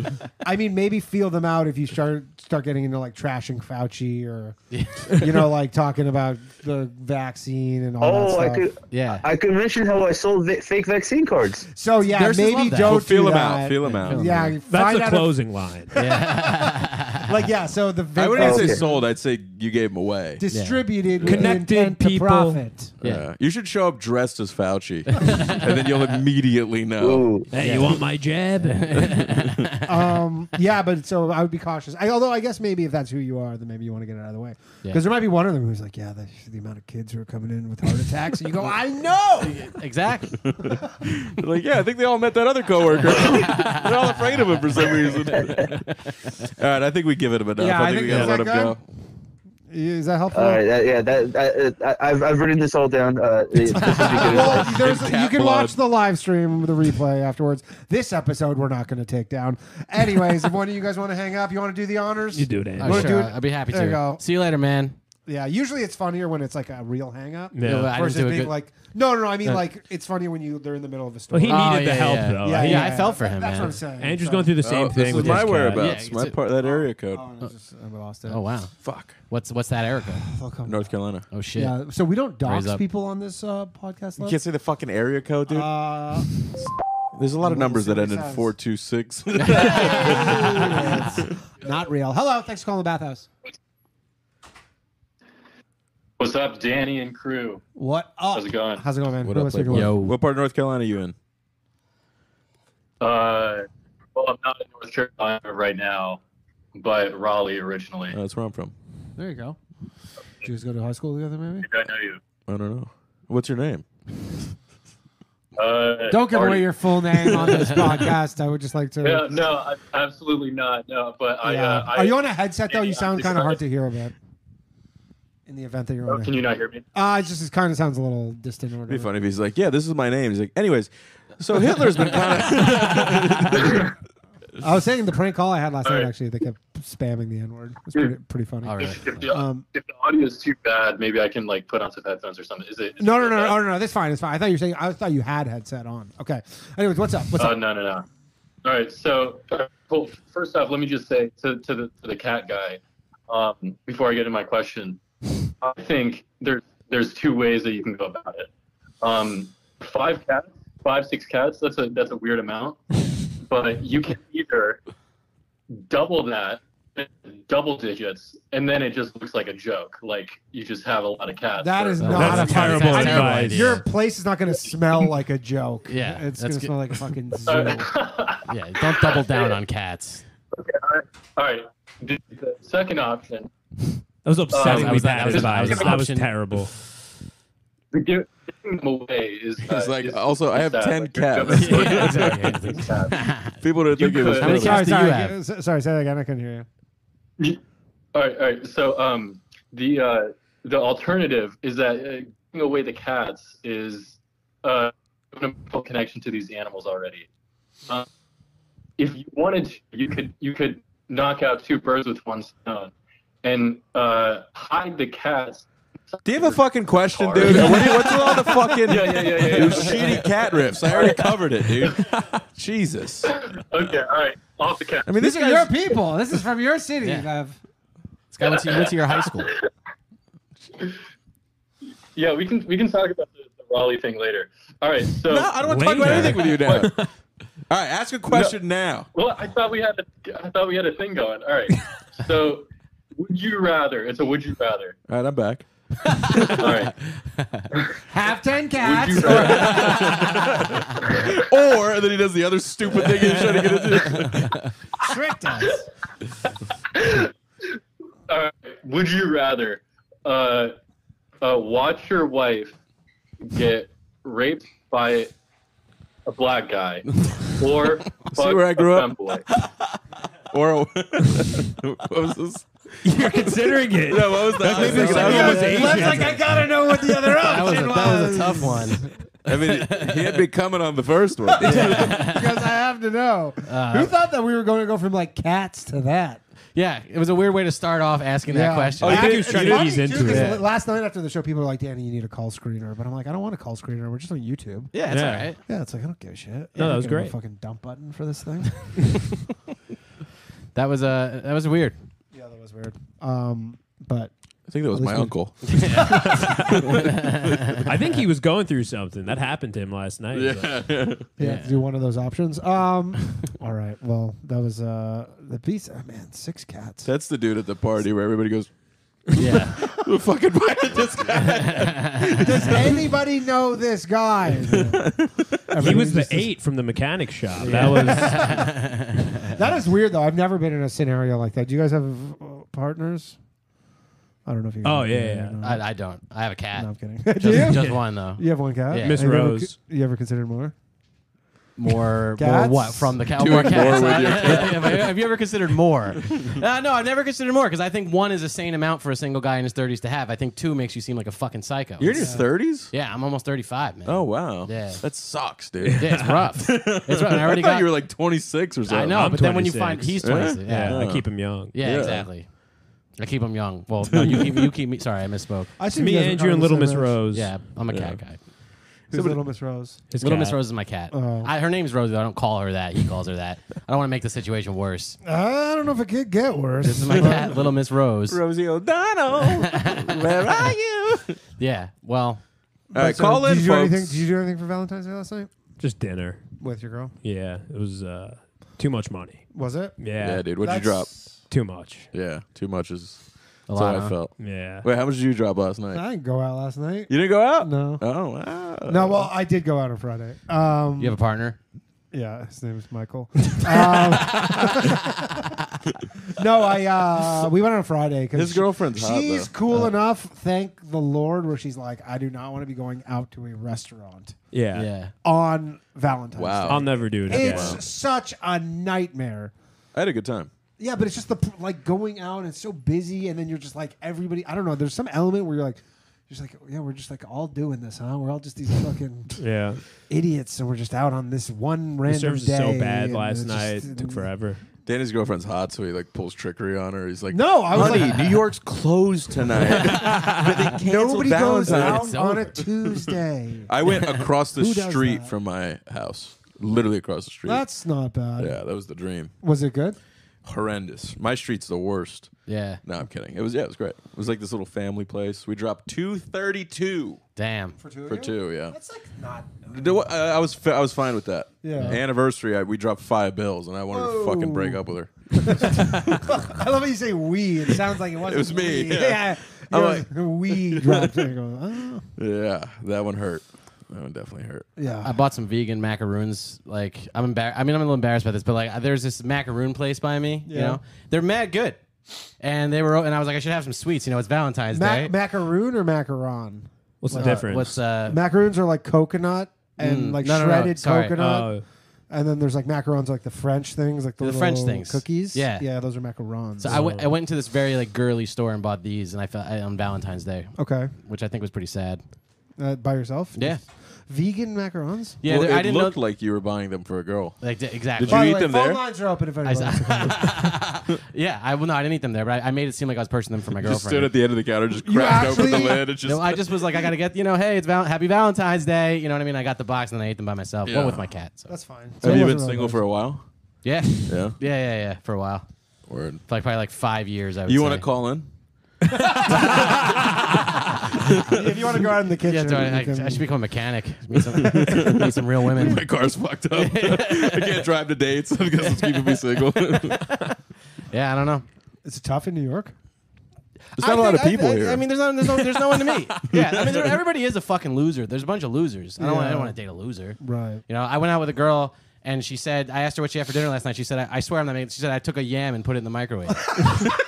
S5: I mean, maybe feel them out if you start start getting into like trashing Fauci or you know, like talking about the vaccine and all that
S9: Oh,
S5: stuff.
S9: I could
S8: Yeah.
S9: I could mention how I sold va- fake vaccine cards.
S5: So yeah,
S8: Nurses
S5: maybe
S8: love that.
S5: don't
S6: Well, feel
S5: do
S6: them
S5: that.
S6: out. Feel them out.
S5: Yeah,
S7: That's
S5: find
S7: the
S5: out
S7: closing line.
S5: If, like yeah, so the
S6: I wouldn't even
S9: Okay.
S6: say sold. I'd say you gave them away.
S5: distributed with
S7: Connected
S5: the intent
S7: people.
S5: to profit.
S8: Yeah.
S6: Yeah. You should show up dressed as Fauci, and then you'll immediately know.
S9: Ooh.
S7: Hey, you want my jab?
S5: Um, yeah, but so I would be cautious. I, although I guess maybe if that's who you are, then maybe you want to get it out of the way because there might be one of them who's like, yeah, that's the amount of kids who are coming in with heart attacks, and you go, I know.
S8: Exactly.
S6: They're like, yeah, I think they all met that other coworker. They're all afraid of him for some reason. all right, I think we give it him enough.
S5: Yeah,
S6: I
S5: I
S6: think we
S5: think-
S6: gotta let him
S5: is that
S6: go.
S5: Is that helpful?
S9: All right. That, yeah. That, that uh, I, I've I've written this all down. Uh, this would be good.
S5: well, there's,
S6: And
S5: you
S6: cat
S5: can
S6: blood.
S5: watch the live stream, the replay afterwards. This episode, we're not going to take down. Anyways, if one of you guys want to hang up, you want to do the honors?
S7: you do that.
S8: Oh,
S5: Wanna
S8: sure.
S5: do it?
S8: I'd be happy
S5: There
S8: to.
S5: you go.
S8: See you later, man.
S5: Yeah, usually it's funnier when it's like a real hang up.
S7: Yeah.
S8: Yeah, but I didn't
S5: Versus
S8: do a
S5: being
S8: good-
S5: like, no, no, no. I mean, like, it's funnier when you they're in the middle of a
S7: Well,
S5: story.
S7: he needed
S8: Oh,
S7: the
S8: yeah,
S7: help
S8: yeah.
S7: though.
S8: Yeah,
S7: He-
S8: yeah, I felt for him,
S5: That's
S8: man.
S5: what I'm saying.
S7: Andrew's
S5: So-
S7: going through the same
S6: Oh,
S7: thing
S6: this is
S7: with
S6: my
S7: his cat.
S6: whereabouts.
S8: Yeah,
S6: my
S8: it's-
S6: part that area code.
S5: Oh, I just- I lost it.
S8: Oh wow.
S6: Fuck.
S8: What's what's that, Erica?
S5: Fuck, I'm-
S6: North Carolina.
S8: Oh shit.
S5: Yeah. So we don't
S8: Raise
S5: dox
S8: up.
S5: people on this uh, podcast.
S6: You
S5: Lev?
S6: can't say the fucking area code, dude.
S5: Uh,
S6: There's a lot of numbers that
S5: silly
S6: end in
S5: sounds.
S6: 426.
S5: Not real. Hello, thanks for calling the bathhouse.
S3: What's up, Danny and crew?
S5: What up?
S3: How's it going?
S5: How's it going, man?
S6: what
S5: Who
S6: up,
S5: wants to
S6: Playboy?
S5: go?
S6: What part of North Carolina are you in?
S3: Uh, well, I'm not in North Carolina right now, but Raleigh originally.
S6: Uh, that's where I'm from.
S8: There you go.
S5: Did you guys go to high school together, maybe?
S3: I know you.
S6: I don't know. What's your name?
S3: Uh,
S5: Don't give
S3: are
S5: away
S3: you-
S5: your full name on this podcast. I would just like to.
S3: Yeah, no, I, absolutely not. No, but I.
S5: Yeah.
S3: Uh, I
S5: are you on a headset though? You
S3: yeah,
S5: sound
S3: I'm
S5: kind of hard
S3: excited.
S5: to hear, about. In the event that you're
S3: Oh,
S5: on,
S3: can
S5: a,
S3: you not hear me?
S5: uh, it just it kind of sounds a little distant. Or
S6: It'd be
S5: whatever.
S6: funny if he's like, yeah, this is my name. He's like, anyways, so Hitler's been kind of.
S5: I was saying the prank call I had last
S3: All
S5: night
S3: right.
S5: actually. They kept spamming the N word. It's pretty, pretty funny.
S8: All right.
S3: If uh, the,
S5: Um,
S3: if the audio is too bad, maybe I can like put on some headphones or something. Is it? is
S5: No,
S3: it
S5: no, no,
S3: bad?
S5: no, no, no. That's fine. It's fine. I thought you were saying. I thought you had headset on. Okay. Anyways, what's up? What's
S3: Uh,
S5: up?
S3: no, no, no. All right. So, uh, well, first off, let me just say to, to, the, to the cat guy, um, before I get into my question, I think there's there's two ways that you can go about it. Um, five cats, five six cats. That's a that's a weird amount, but you can either double that, double digits, and then it just looks like a joke. Like you just have a lot of cats.
S5: That is
S3: Or-
S5: not
S7: That's
S5: a
S7: terrible
S5: fucking- I know
S7: advice.
S5: Your place is not going to smell like a joke.
S8: Yeah,
S5: it's
S8: that's
S5: going to
S8: good.
S5: smell like a fucking zoo.
S3: Uh,
S8: Yeah, don't double down on cats.
S3: All right. The the second option
S7: That was upsettingly
S3: Um, I was-
S7: bad
S3: I was-
S7: advice.
S3: I was-
S7: that was
S8: option-
S7: terrible.
S3: We give- giving them away is. Uh,
S6: He's like,
S3: is-
S6: also, I
S3: is
S6: have
S3: sad.
S6: 10
S3: Like,
S6: cats.
S3: you're giving-
S8: exactly.
S6: People don't think it was
S3: could-
S8: How many
S6: Hitler.
S8: cats
S5: sorry,
S8: do
S5: sorry,
S8: you have?
S5: S- sorry. Say that again. I couldn't hear you.
S3: all right, all right. So um, the uh, the alternative is that uh, giving away the cats is uh, an emotional connection to these animals already. Uh, if you wanted to, you could you could knock out two birds with one stone, and uh, hide the cats.
S6: Do you have a fucking question,
S3: Sorry.
S6: dude? What do you- what's with all the fucking
S3: Yeah, yeah, yeah, yeah, yeah.
S6: Your shitty cat riffs? I already covered it, dude. Jesus.
S3: Okay, all right, off the cat.
S6: I mean, this
S5: These are
S6: guy's
S5: your people. This is from your city.
S8: Yeah.
S5: Bev.
S8: This guy went to, went to your high school.
S3: Yeah, we can we can talk about the, the Raleigh thing later. All right, so
S6: No, I don't want to talk about
S7: Later.
S6: anything with you now. All right, ask a question now.
S3: Well, I thought we had a, I thought we had a thing going. All right. So, would you rather? It's a would you rather.
S6: All right, I'm back.
S3: All right.
S5: Have ten
S3: Would you
S5: cats.
S3: rather?
S6: Or and then he does the other stupid thing he's trying to get into.
S5: Tricked us.
S3: all right, would you rather uh, uh, watch your wife get raped by a black guy, or fuck
S6: where I grew
S3: a
S6: up?
S3: femboy?
S6: Or what was this?
S7: You're considering it.
S6: No, what was that?
S7: Maybe it's like he was Asian.
S5: Lev's like I gotta know what the other
S8: That was, a,
S5: option
S8: that
S5: was.
S8: was a tough one.
S6: I mean, he had been coming on the first one.
S5: because I have to know.
S8: Uh,
S5: Who thought that we were going to go from like cats to that?
S8: Yeah, it was a weird way to start off asking that question.
S6: Oh, you
S5: Actually,
S6: did-
S5: it's
S6: you did
S5: funny,
S7: ease
S5: too,
S7: into
S5: 'cause
S7: it.
S5: l- Last night after the show, people were like, "Danny, you need a call screener," but I'm like, "I don't want a call screener. We're just on YouTube."
S8: yeah, that's
S7: Yeah.
S8: all right.
S5: Yeah, it's like I don't give a shit. No,
S7: that was great.
S5: fucking dump button for this thing.
S8: That was uh, that was weird.
S5: yeah, that was weird. Um, but
S6: I think that was my uncle.
S7: I think he was going through something. That happened to him last night.
S5: yeah, to do one of those options. Um, all right. Well, that was uh the piece. Oh, man, six cats.
S6: That's the dude at the party where everybody goes,
S8: Yeah.
S6: "Who fucking invited this guy?"
S5: Does anybody know this guy?
S7: He
S5: Everybody
S7: was the
S5: just is-
S7: eight from the mechanic shop. That was
S5: That is weird though. I've never been in a scenario like that. Do you guys have uh, partners? I don't know if you. guys
S7: Oh,
S5: have
S7: yeah,
S5: partners
S7: yeah.
S5: or not.
S8: I, I don't. I have a cat.
S5: no, I'm kidding. Do
S8: Just,
S5: you?
S8: just one though.
S5: You have one cat.
S8: Yeah.
S7: Miss
S5: Have you ever
S7: Rose.
S5: co- You ever considered more?
S8: More, more
S5: Cats?
S8: what from the cat?
S6: Doing
S8: More cats.
S6: more with your
S8: have, I- have you ever considered more? Uh, no, I've never considered more because I think one is a sane amount for a single guy in his 30s to have. I think two makes you seem like a fucking psycho.
S6: You're in your thirties.
S8: yeah, I'm almost 35, man.
S6: Oh wow.
S8: Yeah.
S6: That sucks, dude.
S8: Yeah, it's rough. it's rough. And I
S6: I
S8: already
S6: thought
S8: got.
S6: you were like 26 or something.
S8: I know,
S7: I'm
S8: but then when you
S7: 26.
S8: find he's
S6: Eh?
S8: 26, yeah.
S7: yeah. I keep him young.
S8: Yeah,
S6: Yeah.
S8: exactly. I keep them young. Well, no, you keep you keep me. Sorry, I misspoke.
S5: I
S7: It's me, Andrew, and Little Miss Rose.
S8: Yeah, I'm a cat guy.
S5: Who's Little Miss Rose?
S7: His
S8: Little
S7: cat.
S8: Miss Rose is my cat.
S5: Oh.
S8: I, her name's Rose, though. I don't call her that. He calls her that. I don't want to make the situation worse.
S5: I don't know if it could get worse. This is
S8: My cat, Little Miss Rose.
S6: Rosie O'Donnell, where are you? All
S8: Yeah. Well,
S6: right, call in,
S5: did you Do
S6: folks.
S5: anything, did you do anything for Valentine's Day last night?
S7: Just dinner.
S5: with your girl?
S7: Yeah, it was uh, too much money.
S5: Was it?
S7: Yeah,
S6: Yeah, dude. What'd you drop?
S5: That's-
S7: too much.
S6: Yeah, too much is. That's
S8: lot,
S6: how I
S8: huh?
S6: felt.
S7: Yeah,
S6: Wait, how much did you drop last night?
S5: I didn't go out last night.
S6: You didn't go out?
S5: No.
S6: Oh wow.
S5: Uh, No, well, I did go out on Friday. Um,
S8: You have a partner?
S5: yeah, his name is Michael. um, no, I uh, we went on Friday because
S6: His girlfriend's hot,
S5: She's
S6: though. Uh.
S5: cool enough, thank the Lord, where she's like, I do not want to be going out to a restaurant
S7: yeah.
S8: Yeah.
S5: on Valentine's.
S6: Wow.
S7: I'll never do it
S5: Day.
S7: again.
S5: It's such a nightmare.
S6: I had a good time.
S5: Yeah, but it's just the pr- like going out and it's so busy, and then you're just like everybody. I don't know. There's some element where you're like, just like yeah, we're just like all doing this, huh? We're all just these fucking
S7: Yeah,
S5: idiots, and we're just out on this one
S7: the
S5: random
S7: service
S5: day.
S7: is so bad
S5: and
S7: last
S5: it's
S7: night.
S5: just-
S7: It took forever.
S6: Danny's girlfriend's hot, so he like pulls trickery on her. He's like,
S5: No, I was
S6: honey,
S5: like-
S6: New York's closed tonight." but they canceled
S5: Nobody goes
S6: Valentine's.
S5: out on a Tuesday.
S6: Mm. I went across the
S5: Who does
S6: street
S5: that?
S6: from my house, literally across the street.
S5: That's not bad.
S6: yeah, that was the dream.
S5: Was it good?
S6: Horrendous. My street's the worst.
S8: Yeah.
S6: No, I'm kidding. It was yeah, it was great. It was like this little family place. We dropped two thirty two
S8: Damn.
S6: for two. Yeah,
S5: That's like not.
S6: The wa- I I was fi- I was fine with that.
S5: Yeah.
S6: Anniversary, I, we dropped five bills, and I wanted to fucking break up with her.
S5: I love how you say we. It sounds like it wasn't.
S6: It was me,
S5: we.
S6: yeah.
S5: Yeah.
S6: I'm
S5: You're like, we dropped it. Going, oh.
S6: Yeah, that one hurt. That one definitely hurt.
S5: Yeah.
S8: I bought some vegan macaroons. Like I'm embarrassed. I mean, I'm a little embarrassed by this, but like there's this macaroon place by me. You
S5: Yeah.
S8: know, they're mad good, and they were. And I was like, I should have some sweets. You know, it's Valentine's
S5: Mac-
S8: Day.
S5: macaroon or macaron?
S7: What's the
S5: Uh,
S7: difference?
S8: What's uh?
S5: Macaroons are like coconut and
S8: Mm,
S5: like
S8: no, no, no,
S5: shredded
S8: sorry.
S5: coconut.
S7: uh,
S5: and then there's like macarons, like the French things, like the,
S8: The French
S5: little
S8: things.
S5: cookies.
S8: Yeah.
S5: yeah, those are macarons.
S8: so I went. I went into this very like girly store and bought these, and I felt I, on Valentine's Day,
S5: okay,
S8: which I think was pretty sad.
S5: uh, by yourself.
S8: Yeah.
S5: vegan macarons.
S8: Yeah,
S6: well,
S8: there-
S6: it
S8: I didn't
S6: looked
S8: know.
S6: like you were buying them for a girl.
S8: Like, d- exactly.
S6: Did you
S5: By the
S6: eat
S5: way,
S6: them
S5: phone
S6: there?
S5: lines are open if
S8: I
S5: anybody.
S8: s-
S5: wants to-
S8: yeah, I well, no, I didn't eat them there, but I, I made it seem like I was purchasing them for my
S6: Just
S8: girlfriend.
S6: stood at the end of the counter, just cracked open
S5: actually-
S6: the lid. It's just
S8: no, I just was like, I gotta get, you know, hey, it's val- Happy Valentine's Day. You know what I mean? I got the box and then I ate them by myself.
S6: Yeah.
S8: One with my cat. So.
S5: That's fine. So
S6: have
S5: it
S6: you
S5: wasn't
S6: been
S5: really
S6: single
S5: bad.
S6: for a while?
S8: yeah. yeah,
S6: Yeah.
S8: yeah, yeah, for a while,
S6: Word.
S8: for like probably like five years. I would
S6: You
S8: say.
S6: want to call in?
S5: if you want to go out in the kitchen,
S8: Yeah, that's right.
S5: you
S8: I,
S5: can-
S8: I should become a mechanic. Meet some, meet some real women.
S6: My car's fucked up. I can't drive to dates because it's keeping me single. There's not
S8: Yeah, I don't know.
S5: It's tough in New York.
S6: a lot of people
S8: I,
S6: here.
S8: I mean, there's no, there's no, there's no one to meet. Yeah, I mean, there, everybody is a fucking loser. There's a bunch of losers. I don't, want, I
S5: Yeah.
S8: don't want to date a loser.
S5: Right.
S8: You know, I went out with a girl and she said, I asked her what she had for dinner last night. She said, I, I swear I'm not making. She said, I took a yam and put it in the microwave.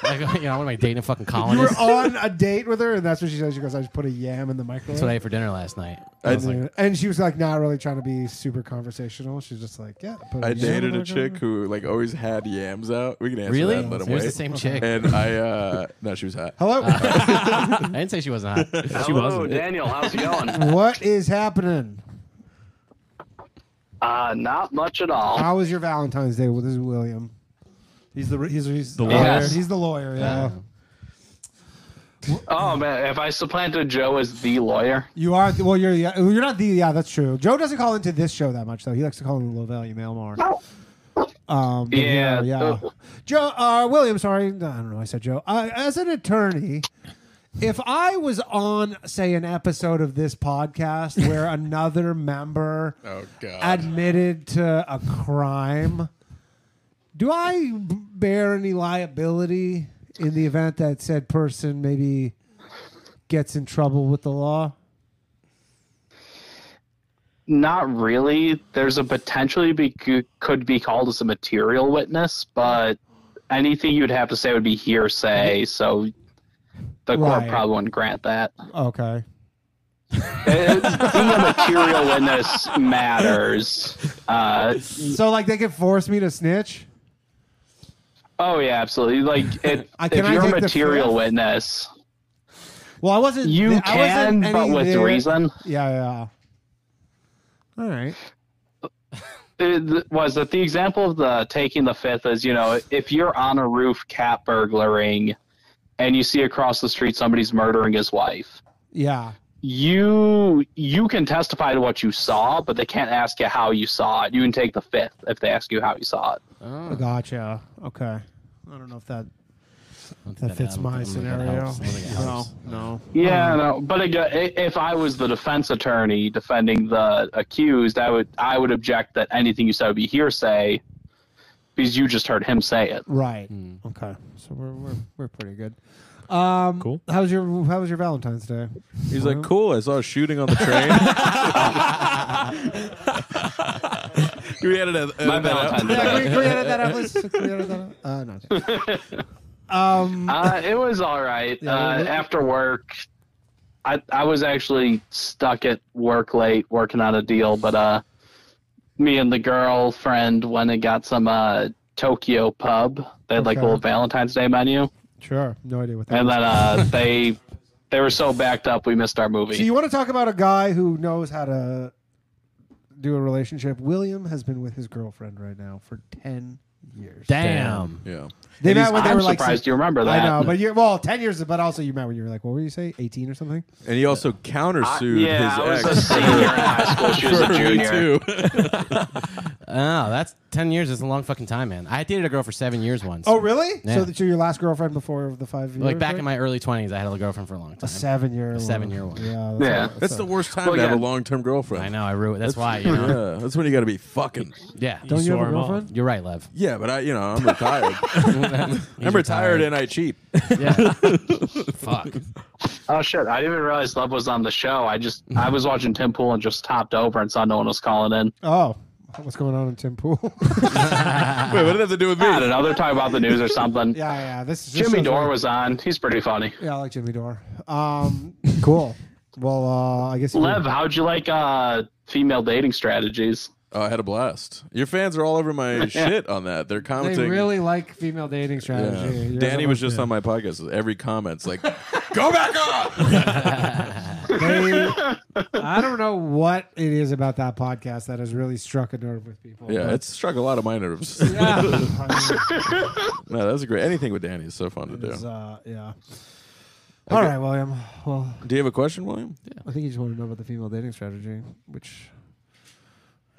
S8: like, you know, what am I dating a fucking
S5: You were
S8: colonist?
S5: on a date with her, and that's what she says. She goes, "I just put a yam in the microwave."
S8: That's what I ate for dinner last night.
S6: I,
S5: and she was like, not really trying to be super conversational. She's just like, yeah. put
S6: I
S5: yam in
S6: dated
S5: the
S6: a chick
S5: microwave."
S6: who like always had yams out. We can answer
S8: Really?
S6: that and let
S8: It
S6: him
S8: was the
S6: wait.
S8: same chick.
S6: And I, uh, no, she was hot.
S5: Hello.
S8: I didn't say she wasn't hot.
S7: she
S10: Hello,
S7: wasn't.
S10: Daniel. How's it going?
S5: what is happening?
S10: Uh, not much at all.
S5: How was your Valentine's Day? Well, this is William. He's the he's, he's the
S7: lawyer.
S5: He's the lawyer. Yeah.
S10: Oh man, if I supplanted Joe as the lawyer,
S5: You are well. You're yeah, you're not the yeah. That's true. Joe doesn't call into this show that much though. He likes to call in the low value mail more. Um, but
S10: Yeah.
S5: yeah. Joe, uh, William, sorry, I don't know. why I said Joe. Uh, as an attorney, if I was on, say, an episode of this podcast where another member
S6: Oh god.
S5: admitted to a crime, do I b- bear any liability in the event that said person maybe gets in trouble with the law?
S10: not really. There's a potentially be could be called as a material witness, but anything you'd have to say would be hearsay. So the court
S5: Right.
S10: probably wouldn't grant that.
S5: Okay.
S10: It- Being a material witness matters. Uh,
S5: So like they could force me to snitch?
S10: oh yeah, absolutely. Like it,
S5: I- can
S10: if
S5: I
S10: you're a
S5: take the
S10: material
S5: fifth?
S10: witness,
S5: Well, I wasn't.
S10: you
S5: I
S10: can,
S5: wasn't
S10: but
S5: any
S10: with
S5: there.
S10: reason.
S5: Yeah, yeah. All right.
S10: it was that the example of the taking the fifth is you know if you're on a roof cat burglaring and you see across the street somebody's murdering his wife
S5: Yeah.
S10: you you can testify to what you saw but they can't ask you how you saw it you can take the fifth if they ask you how you saw it
S5: Gotcha. Okay. I don't know if that. That fits my scenario.
S6: No, no.
S10: Yeah, no, but again, i- if I was the defense attorney defending the accused, I would I would object that anything you said would be hearsay, because you just heard him say it.
S5: Right.
S10: Hmm.
S5: Okay. So we're we're we're pretty good. Um,
S7: Cool.
S5: How was your How was your Valentine's Day?
S6: He's like, cool. I saw a shooting on the train. Can we edit it- edit
S10: My
S6: that out?
S10: Valentine's
S5: Yeah,
S10: Day.
S5: can we, can we edit that out, please? Can we edit that out? Uh, no. Um,
S10: Uh, it was all right.
S5: Yeah,
S10: uh,
S5: well, we-
S10: after work, I I was actually stuck at work late working on a deal, but uh, me and the girlfriend went and got some uh Tokyo Pub. They had like a
S5: Okay.
S10: little Valentine's Day menu,
S5: sure. No idea what that.
S10: and
S5: is.
S10: then uh they they were so backed up we missed our movie.
S5: So you want to talk about a guy who knows how to do a relationship? William has been with his girlfriend right now for ten years.
S7: Damn.
S6: Yeah.
S5: They met when they
S10: I'm
S5: were like.
S10: surprised you remember that.
S5: I know, but you well, ten years, but also you met when you were like, what were you say, eighteen or something?
S6: And he also countersued
S10: yeah, I
S6: his
S10: was a
S6: ex.
S10: senior in high school. She was a
S6: for me
S10: junior.
S6: too.
S8: Oh, that's ten years is a long fucking time, man. I dated a girl for seven years once.
S5: Oh, really?
S8: Yeah.
S5: So that you're your last girlfrield before the five years.
S8: Like back
S5: right?
S8: in my early twenties, I had a girlfriend for a long
S5: a
S8: time.
S5: seven year,
S8: A seven-year one.
S5: Yeah, that's,
S10: Yeah.
S6: That's the worst time
S10: Well,
S6: to have a
S10: yeah.
S6: long-term girlfriend.
S8: I know, I ruined. That's why, you know.
S6: Yeah, that's when you got to be fucking.
S8: yeah,
S5: Don't you
S7: Saw
S5: have a
S7: him off.
S5: girlfriend?
S8: you're right, Lev.
S6: Yeah, but I, you know, I'm retired. I'm retired and I cheat.
S8: Yeah. Fuck.
S10: Oh shit! I didn't even realize Love was on the show. I just I was watching Tim Pool and just hopped over and saw no one was calling in.
S5: Oh, what's going on in Tim Pool?
S6: Wait, what did that have to do with me?
S10: I don't know. They're talking about the news or something.
S5: yeah, yeah. This is
S10: Jimmy Dore was on. He's pretty funny.
S5: Yeah, I like Jimmy Dore. Um, cool. Well, uh, I guess you-
S10: Lev, how'd you like uh, female dating strategies?
S6: Oh, I had a blast. Your fans are all over my shit on that. They're
S5: They
S6: commenting.
S5: really like female dating
S6: Yeah.
S5: strategy. Yours
S6: Danny
S5: are
S6: was
S5: like-
S6: just on my podcast. Every comment's like, "Go back on."
S5: They- I don't know what it is about that podcast that has really struck a nerve with people.
S6: Yeah,
S5: but-
S6: it struck a lot of my nerves.
S5: yeah. I
S6: no, that was great. Anything with Danny is so fun to
S5: mean, it's,
S6: do.
S5: uh, yeah. All right, William. Well,
S6: Do you have a question, William?
S5: I think you just want to know about the female dating strategy, which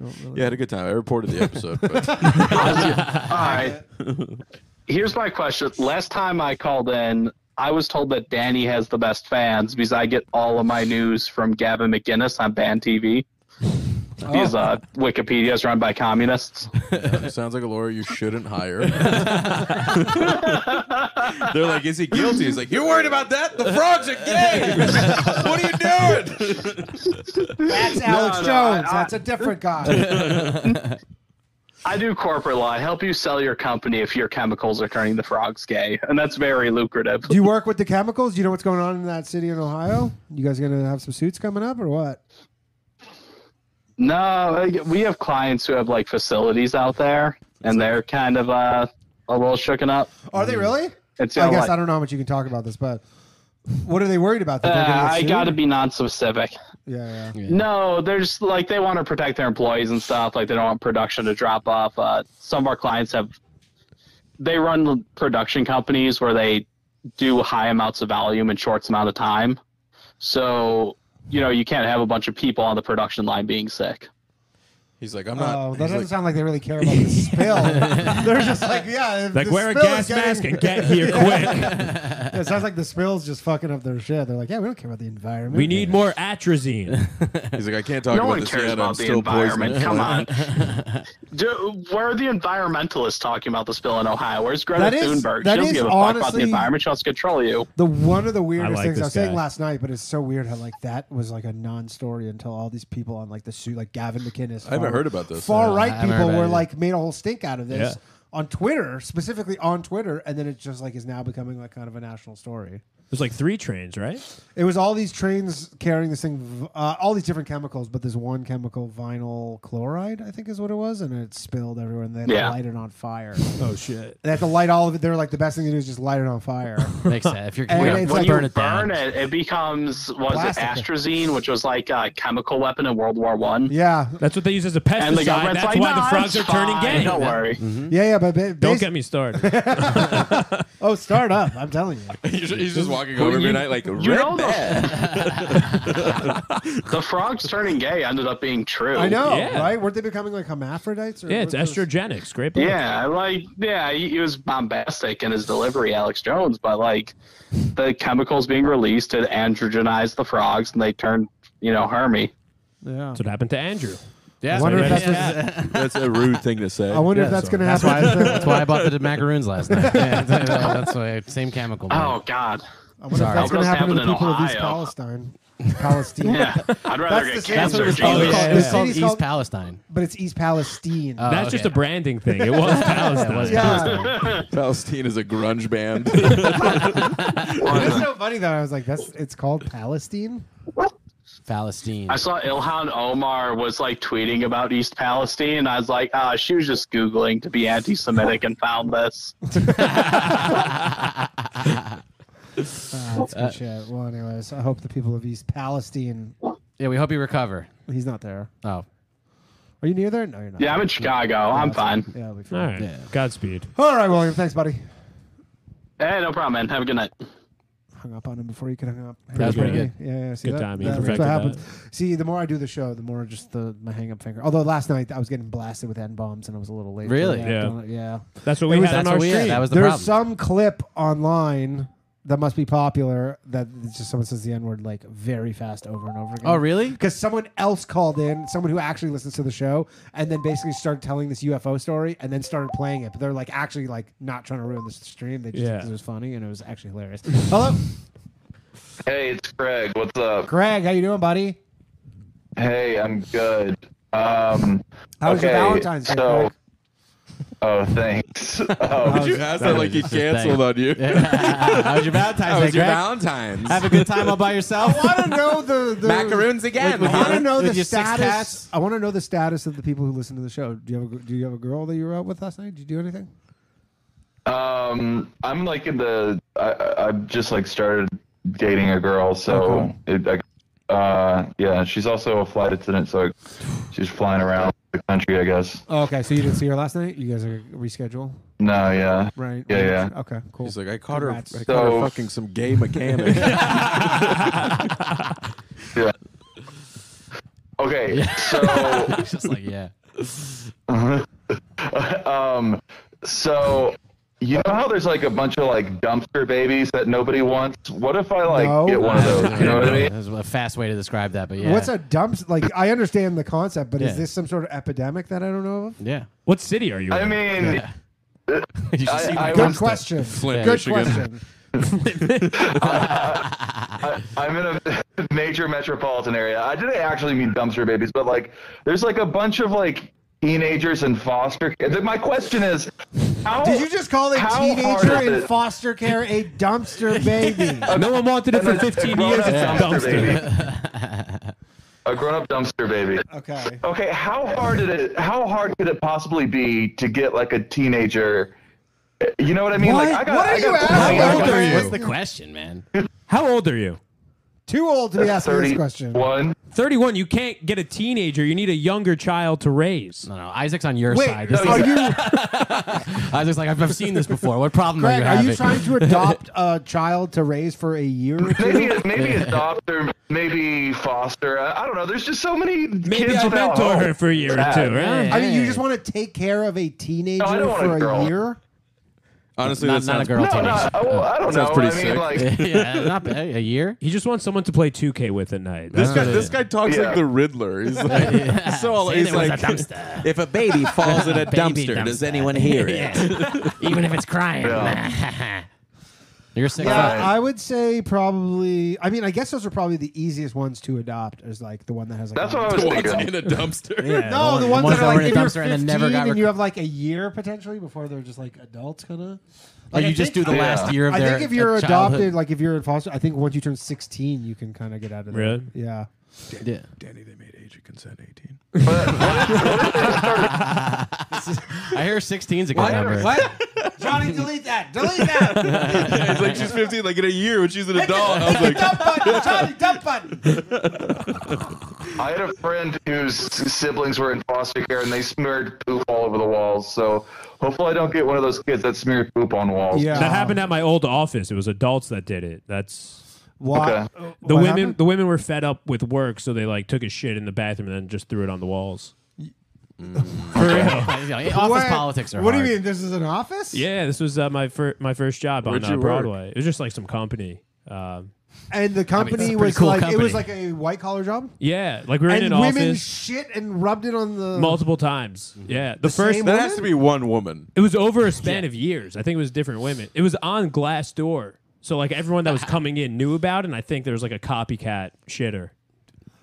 S5: don't really.
S6: Yeah, I had a good time. I reported the episode. But
S10: All right. Here's my question. Last time I called in, I was told that Danny has the best fans because I get all of my news from Gavin McGinnis on Band TV. He's
S5: Oh.
S10: uh, Wikipedia is run by communists.
S6: it sounds like a lawyer you shouldn't hire. They're like, "Is he guilty?" He's like, "You're worried about that? The frogs are gay. what are you doing?"
S5: That's Alex
S10: no,
S5: Jones.
S10: I- I-
S5: That's a different guy.
S10: I do corporate law. I help you sell your company if your chemicals are turning the frogs gay, and that's very lucrative.
S5: Do you work with the chemicals? Do you know what's going on in that city in Ohio? You guys gonna have some suits coming up or what?
S10: No, like, we have clients who have like facilities out there, and they're kind of uh, a little shooken up.
S5: Are they really?
S10: It's
S5: I
S10: you know,
S5: guess I
S10: Mm. like,
S5: don't know how much you can talk about this, but what are they worried about? That they're
S10: uh,
S5: gonna get
S10: I
S5: sued?
S10: gotta be non-specific.
S5: Yeah, yeah.
S10: No, there's like they want to protect their employees and stuff. Like they don't want production to drop off. Uh, some of our clients have they run production companies where they do high amounts of volume in short amount of time. So you know you can't have a bunch of people on the production line being sick.
S6: He's like, "I'm not."
S5: Oh,
S6: he's
S5: that doesn't
S6: like,
S5: sound like they really care about the spill. They're just like, yeah, if
S7: Like
S5: the
S7: wear a
S5: spill is
S7: gas
S5: getting-
S7: mask and get here quick.
S5: It sounds like the spill's just fucking up their shit. They're like, yeah, we don't care about the environment.
S7: We need more atrazine.
S6: He's like, I can't talk
S10: no
S6: about
S10: one
S6: this
S10: cares
S6: yet. I'm
S10: about the
S6: still
S10: environment.
S6: poisoned.
S10: Come on. Do, where are the environmentalists talking about the spill in Ohio? Where's Greta
S5: That is-
S10: Thunberg?
S5: that
S10: she
S5: is
S10: doesn't give a fuck about
S5: honestly-
S10: the environment. She wants to control you.
S5: the one of the
S7: I
S5: weirdest
S7: like
S5: things I
S7: this
S5: was saying
S7: guy.
S5: last night, but it's so weird how like that was like a non-story until all these people on like the suit, like Gavin McInnes.
S6: I haven't heard about this.
S5: Far
S8: I
S5: right
S8: haven't heard
S5: people
S8: about
S5: were
S8: it.
S5: like made a whole stink out of this
S7: Yeah.
S5: on Twitter, specifically on Twitter, and then it just like is now becoming like kind of a national story.
S7: There's like three trains, right?
S5: It was all these trains carrying this thing, uh, all these different chemicals, but this one chemical, vinyl chloride, I think is what it was, and it spilled everywhere, and they had
S10: Yeah.
S5: to light it on fire.
S7: Oh shit.
S5: They had to light all of it. They were like, the best thing to do is just light it on fire.
S8: Makes sense. If you're
S5: And
S8: gonna
S5: it's
S10: when
S5: like-
S10: you
S8: burn it
S10: burn
S8: down.
S10: it, it becomes was
S5: Plastic.
S10: it astrazine, which was like a chemical weapon in World War One.
S5: yeah,
S7: That's what they use as a pesticide.
S10: And the government's
S7: That's
S10: like,
S7: why
S10: "No,
S7: the frogs are
S10: it's
S7: turning
S10: fine,
S7: gay.
S10: Don't worry.
S5: yeah, yeah. But ba-
S7: Don't
S5: basi-
S7: get me started.
S5: Oh, start up! I'm telling you.
S6: he's, he's
S5: This
S6: just
S5: is
S6: walking over every night like a
S10: you know
S6: red
S10: the-
S6: bag.
S10: the frogs turning gay ended up being true.
S5: I know,
S7: Yeah.
S5: right? Weren't they becoming like hermaphrodites? Or
S7: Yeah, it's
S5: what's this?
S7: estrogenics. Great. point.
S10: Yeah, like yeah, he, he was bombastic in his delivery, Alex Jones, but like the chemicals being released had androgenized the frogs, and they turned you know Hermy.
S5: Yeah.
S7: That's what happened to Andrew.
S8: Yeah,
S5: I wonder if that's what-
S6: That's a rude thing to say.
S5: I wonder if
S8: Yeah,
S5: that's
S8: so
S5: going to
S8: that's
S5: happen.
S8: why, that's why I bought the macaroons last night. Yeah, that's why same chemical. man.
S10: Oh God,
S5: I wonder
S8: Sorry.
S5: if that's going to
S10: Almost
S5: happen to the
S10: happened in
S5: people of East
S10: Ohio.
S5: Palestine, Palestine.
S10: yeah, I'd rather
S5: That's
S10: get
S5: the same-
S8: that's
S5: That's
S8: what
S10: cancer.
S8: it was
S5: Oh,
S8: called.
S5: yeah,
S8: It
S10: Jesus.
S8: was called
S5: yeah. City's
S8: East
S5: called-
S8: Palestine.
S5: But it's East Palestine.
S8: Oh,
S7: That's just a
S8: okay.
S7: branding thing. It was Palestine.
S5: yeah.
S6: Palestine is a grunge band.
S5: that's so funny though. I was like, "That's it's called Palestine."
S8: Palestine.
S10: I saw Ilhan Omar was like tweeting about East Palestine. I was like, ah, she was just googling to be anti-Semitic and found this.
S5: Ah, that's
S8: Uh,
S5: good shit. Well, anyways, I hope the people of East Palestine.
S8: Yeah, we hope you recover.
S5: He's not there.
S8: Oh,
S5: Are you near there? No, you're not.
S10: Yeah, I'm in Chicago. I'm fine.
S5: Yeah, it'll be
S7: All
S5: fine.
S7: right. Godspeed.
S5: All right, William. Thanks, buddy.
S10: Hey, no problem, man. Have a good night.
S5: Hung up on him before he could hung up.
S7: That was pretty good.
S5: Yeah, yeah. See
S7: Good
S5: that?
S7: timing.
S5: That- That's
S7: Perfected
S5: what happens. See, the more I do the show, the more just the my hang up finger. Although last night I was getting blasted with n bombs and I was a little late. for
S8: Really?
S5: that.
S7: Yeah.
S5: Don't- Yeah.
S7: That's what we
S5: was-
S7: had on
S8: that's
S7: our
S8: what we had.
S7: stream.
S8: That was the
S5: There's
S8: problem.
S5: some clip online that must be popular that it's just someone says the N word like very fast over and over again.
S8: oh, really?
S5: Because someone else called in, someone who actually listens to the show, and then basically started telling this UFO story and then started playing it. But they're like actually like not trying to ruin the stream. They just
S7: Yeah.
S5: think it was funny and it was actually hilarious. Hello,
S11: Hey, it's Greg. What's up?
S5: Greg. How you doing, buddy?
S11: Hey, I'm good. Um,
S5: How was your
S11: okay,
S5: Valentine's Day,
S11: So,
S5: Greg?
S11: oh, thanks.
S6: Would
S11: Oh,
S6: you ask that like he
S8: That was just
S6: canceled on you?
S8: How was your Valentine's
S6: How
S8: Day,
S6: was your
S8: Greg?
S6: Valentine's?
S8: Have a good time all by yourself.
S5: I want to know the, the
S6: Macaroons again.
S5: I want to
S6: huh?
S5: know
S8: With
S5: the
S8: your six
S5: status.
S8: cats?
S5: I want to know the status of the people who listen to the show. Do you have a Do you have a girl that you were out with last night? Did you do anything?
S11: um, I'm like in the. I, I- I've just like started dating a girl, so it, I, uh, yeah, she's also a flight attendant, so she's flying around the country, I guess.
S5: Oh, okay, so you didn't see her last night. You guys are reschedule,
S11: No, yeah,
S5: right?
S11: Yeah, yeah.
S5: Right. Okay, cool.
S6: He's like, I caught her. I
S5: Congrats.
S6: caught her
S11: So-
S6: fucking some gay mechanic.
S11: yeah. Okay, so
S8: just like yeah.
S11: um, so you know how there's like a bunch of like dumpster babies that nobody wants? What if I like
S5: No.
S11: get one of those? You know what I mean?
S8: That was a fast way to describe that, but yeah.
S5: What's a dump? Like, I understand the concept, but
S8: Yeah.
S5: is this some sort of epidemic that I don't know of?
S8: yeah?
S7: What city are you
S11: I
S7: in?
S11: mean,
S8: You should
S11: I-
S8: see my
S11: I
S5: Good
S11: was-
S5: question.
S6: Flint,
S5: Good
S6: Michigan.
S5: question.
S11: I, I'm in a major metropolitan area. I didn't actually mean dumpster babies, but like there's like a bunch of like teenagers and foster. and My question is, how
S5: Did you just call a
S11: how
S5: teenager
S11: hard is
S5: in
S11: it-
S5: foster care a dumpster baby?
S7: no one wanted it for
S11: a
S7: 15
S11: grown-up
S7: years. It's a dumpster.
S11: baby. a grown-up dumpster baby.
S5: Okay.
S11: Okay, how hard did it? How hard could it possibly be to get like a teenager? You know what I mean? Like,
S5: What?
S11: I got,
S5: What are
S11: I
S5: you
S11: got,
S5: asking?
S11: I
S5: How old are
S11: got
S5: you?
S8: What's the question, man?
S7: How old are you?
S5: Too old to be asking this question.
S11: One.
S7: 31. You can't get a teenager. You need a younger child to raise.
S8: No, no. Isaac's on your
S5: Wait,
S8: side. This
S11: no,
S8: is,
S5: are you,
S8: Isaac's like I've, I've seen this before. What problem
S5: Greg?
S8: are you
S5: Are you
S8: having?
S5: trying to adopt a child to raise for a year? Or two?
S11: Maybe maybe adopt or maybe foster. I, I don't know. There's just so many
S7: Maybe
S11: kids
S7: I
S11: without
S7: mentor
S11: hope.
S7: her for a year or
S11: Sad.
S7: two. Right?
S8: Yeah.
S5: I mean, you just want to take care of a teenager
S11: No, I don't want
S5: for
S11: a
S5: a
S11: girl.
S5: year?
S6: Honestly,
S8: Not-
S6: that
S8: not a
S6: sounds
S8: girl.
S11: No, no. I, well, I don't know.
S6: Sounds pretty
S11: I mean,
S6: sick.
S11: like,
S8: yeah, not bad. a year.
S7: He just wants someone to play 2K with at night.
S6: This
S7: That's
S6: guy,
S7: what it
S6: this
S7: is.
S6: guy talks
S11: Yeah.
S6: like the Riddler. He's like, so all,
S8: Say
S6: he's
S8: there was
S6: like,
S8: a dumpster.
S6: if a baby falls in a
S8: Baby
S6: dumpster, does
S8: dumpster.
S6: anyone hear it?
S8: Even if it's crying. You're sick.
S5: Yeah,
S11: Right.
S5: I would say probably. I mean, I guess those are probably the easiest ones to adopt. Is like the one that has like.
S11: that's
S5: a-
S11: what I was
S6: What's
S11: thinking.
S6: in a dumpster?
S5: No, the, ones, that are
S8: were
S5: like
S8: in
S5: if
S8: a
S5: you're
S8: dumpster
S5: 15
S8: and then
S5: and,
S8: never got.
S5: you
S8: Rec-
S5: have like a year potentially before they're just like adults, kind of.
S8: or you just do the
S11: Yeah.
S8: last year of
S5: I
S8: their.
S5: think if you're
S8: their childhood.
S5: adopted, like if you're in foster, I think once you turn 16, you can kind of get out of there.
S7: Really?
S5: Yeah.
S8: Yeah.
S6: Danny, they made age of consent 18.
S8: I hear 16's a good number.
S5: Johnny, delete that. Delete that.
S6: yeah, he's like, she's 15, like in a year when she's an adult. I was like,
S5: button. Johnny, dump button.
S11: I had a friend whose siblings were in foster care, and they smeared poop all over the walls. So
S12: Hopefully, I don't get one of those kids that smear poop on walls.
S7: That happened at my old office. It was adults that did it. That's
S12: Why-
S5: Uh,
S7: The
S12: Okay.
S5: what
S7: women
S5: happened?
S7: the women were fed up with work, so they like took a shit in the bathroom and then just threw it on the walls. For real.
S5: What? What do you mean? This is an office?
S7: Yeah, this was uh, my fir- my first job
S5: Where'd
S7: on
S5: you
S7: uh,
S5: work?
S7: Broadway. It was just like some company. Um,
S5: And the
S7: I mean,
S5: company
S7: it's a pretty
S5: was
S7: cool
S5: like it
S7: company.
S5: was like a white collar job.
S7: yeah, like we were
S5: and
S7: in an
S5: women
S7: office
S5: shit and rubbed it on the
S7: multiple times. Yeah,
S5: uh,
S7: the,
S5: The
S7: first
S5: same That has woman? to be
S6: one woman.
S7: It was over a span of years. I think it was different women. It was on Glassdoor, so like everyone that was coming in knew about it. And I think there was like a copycat shitter.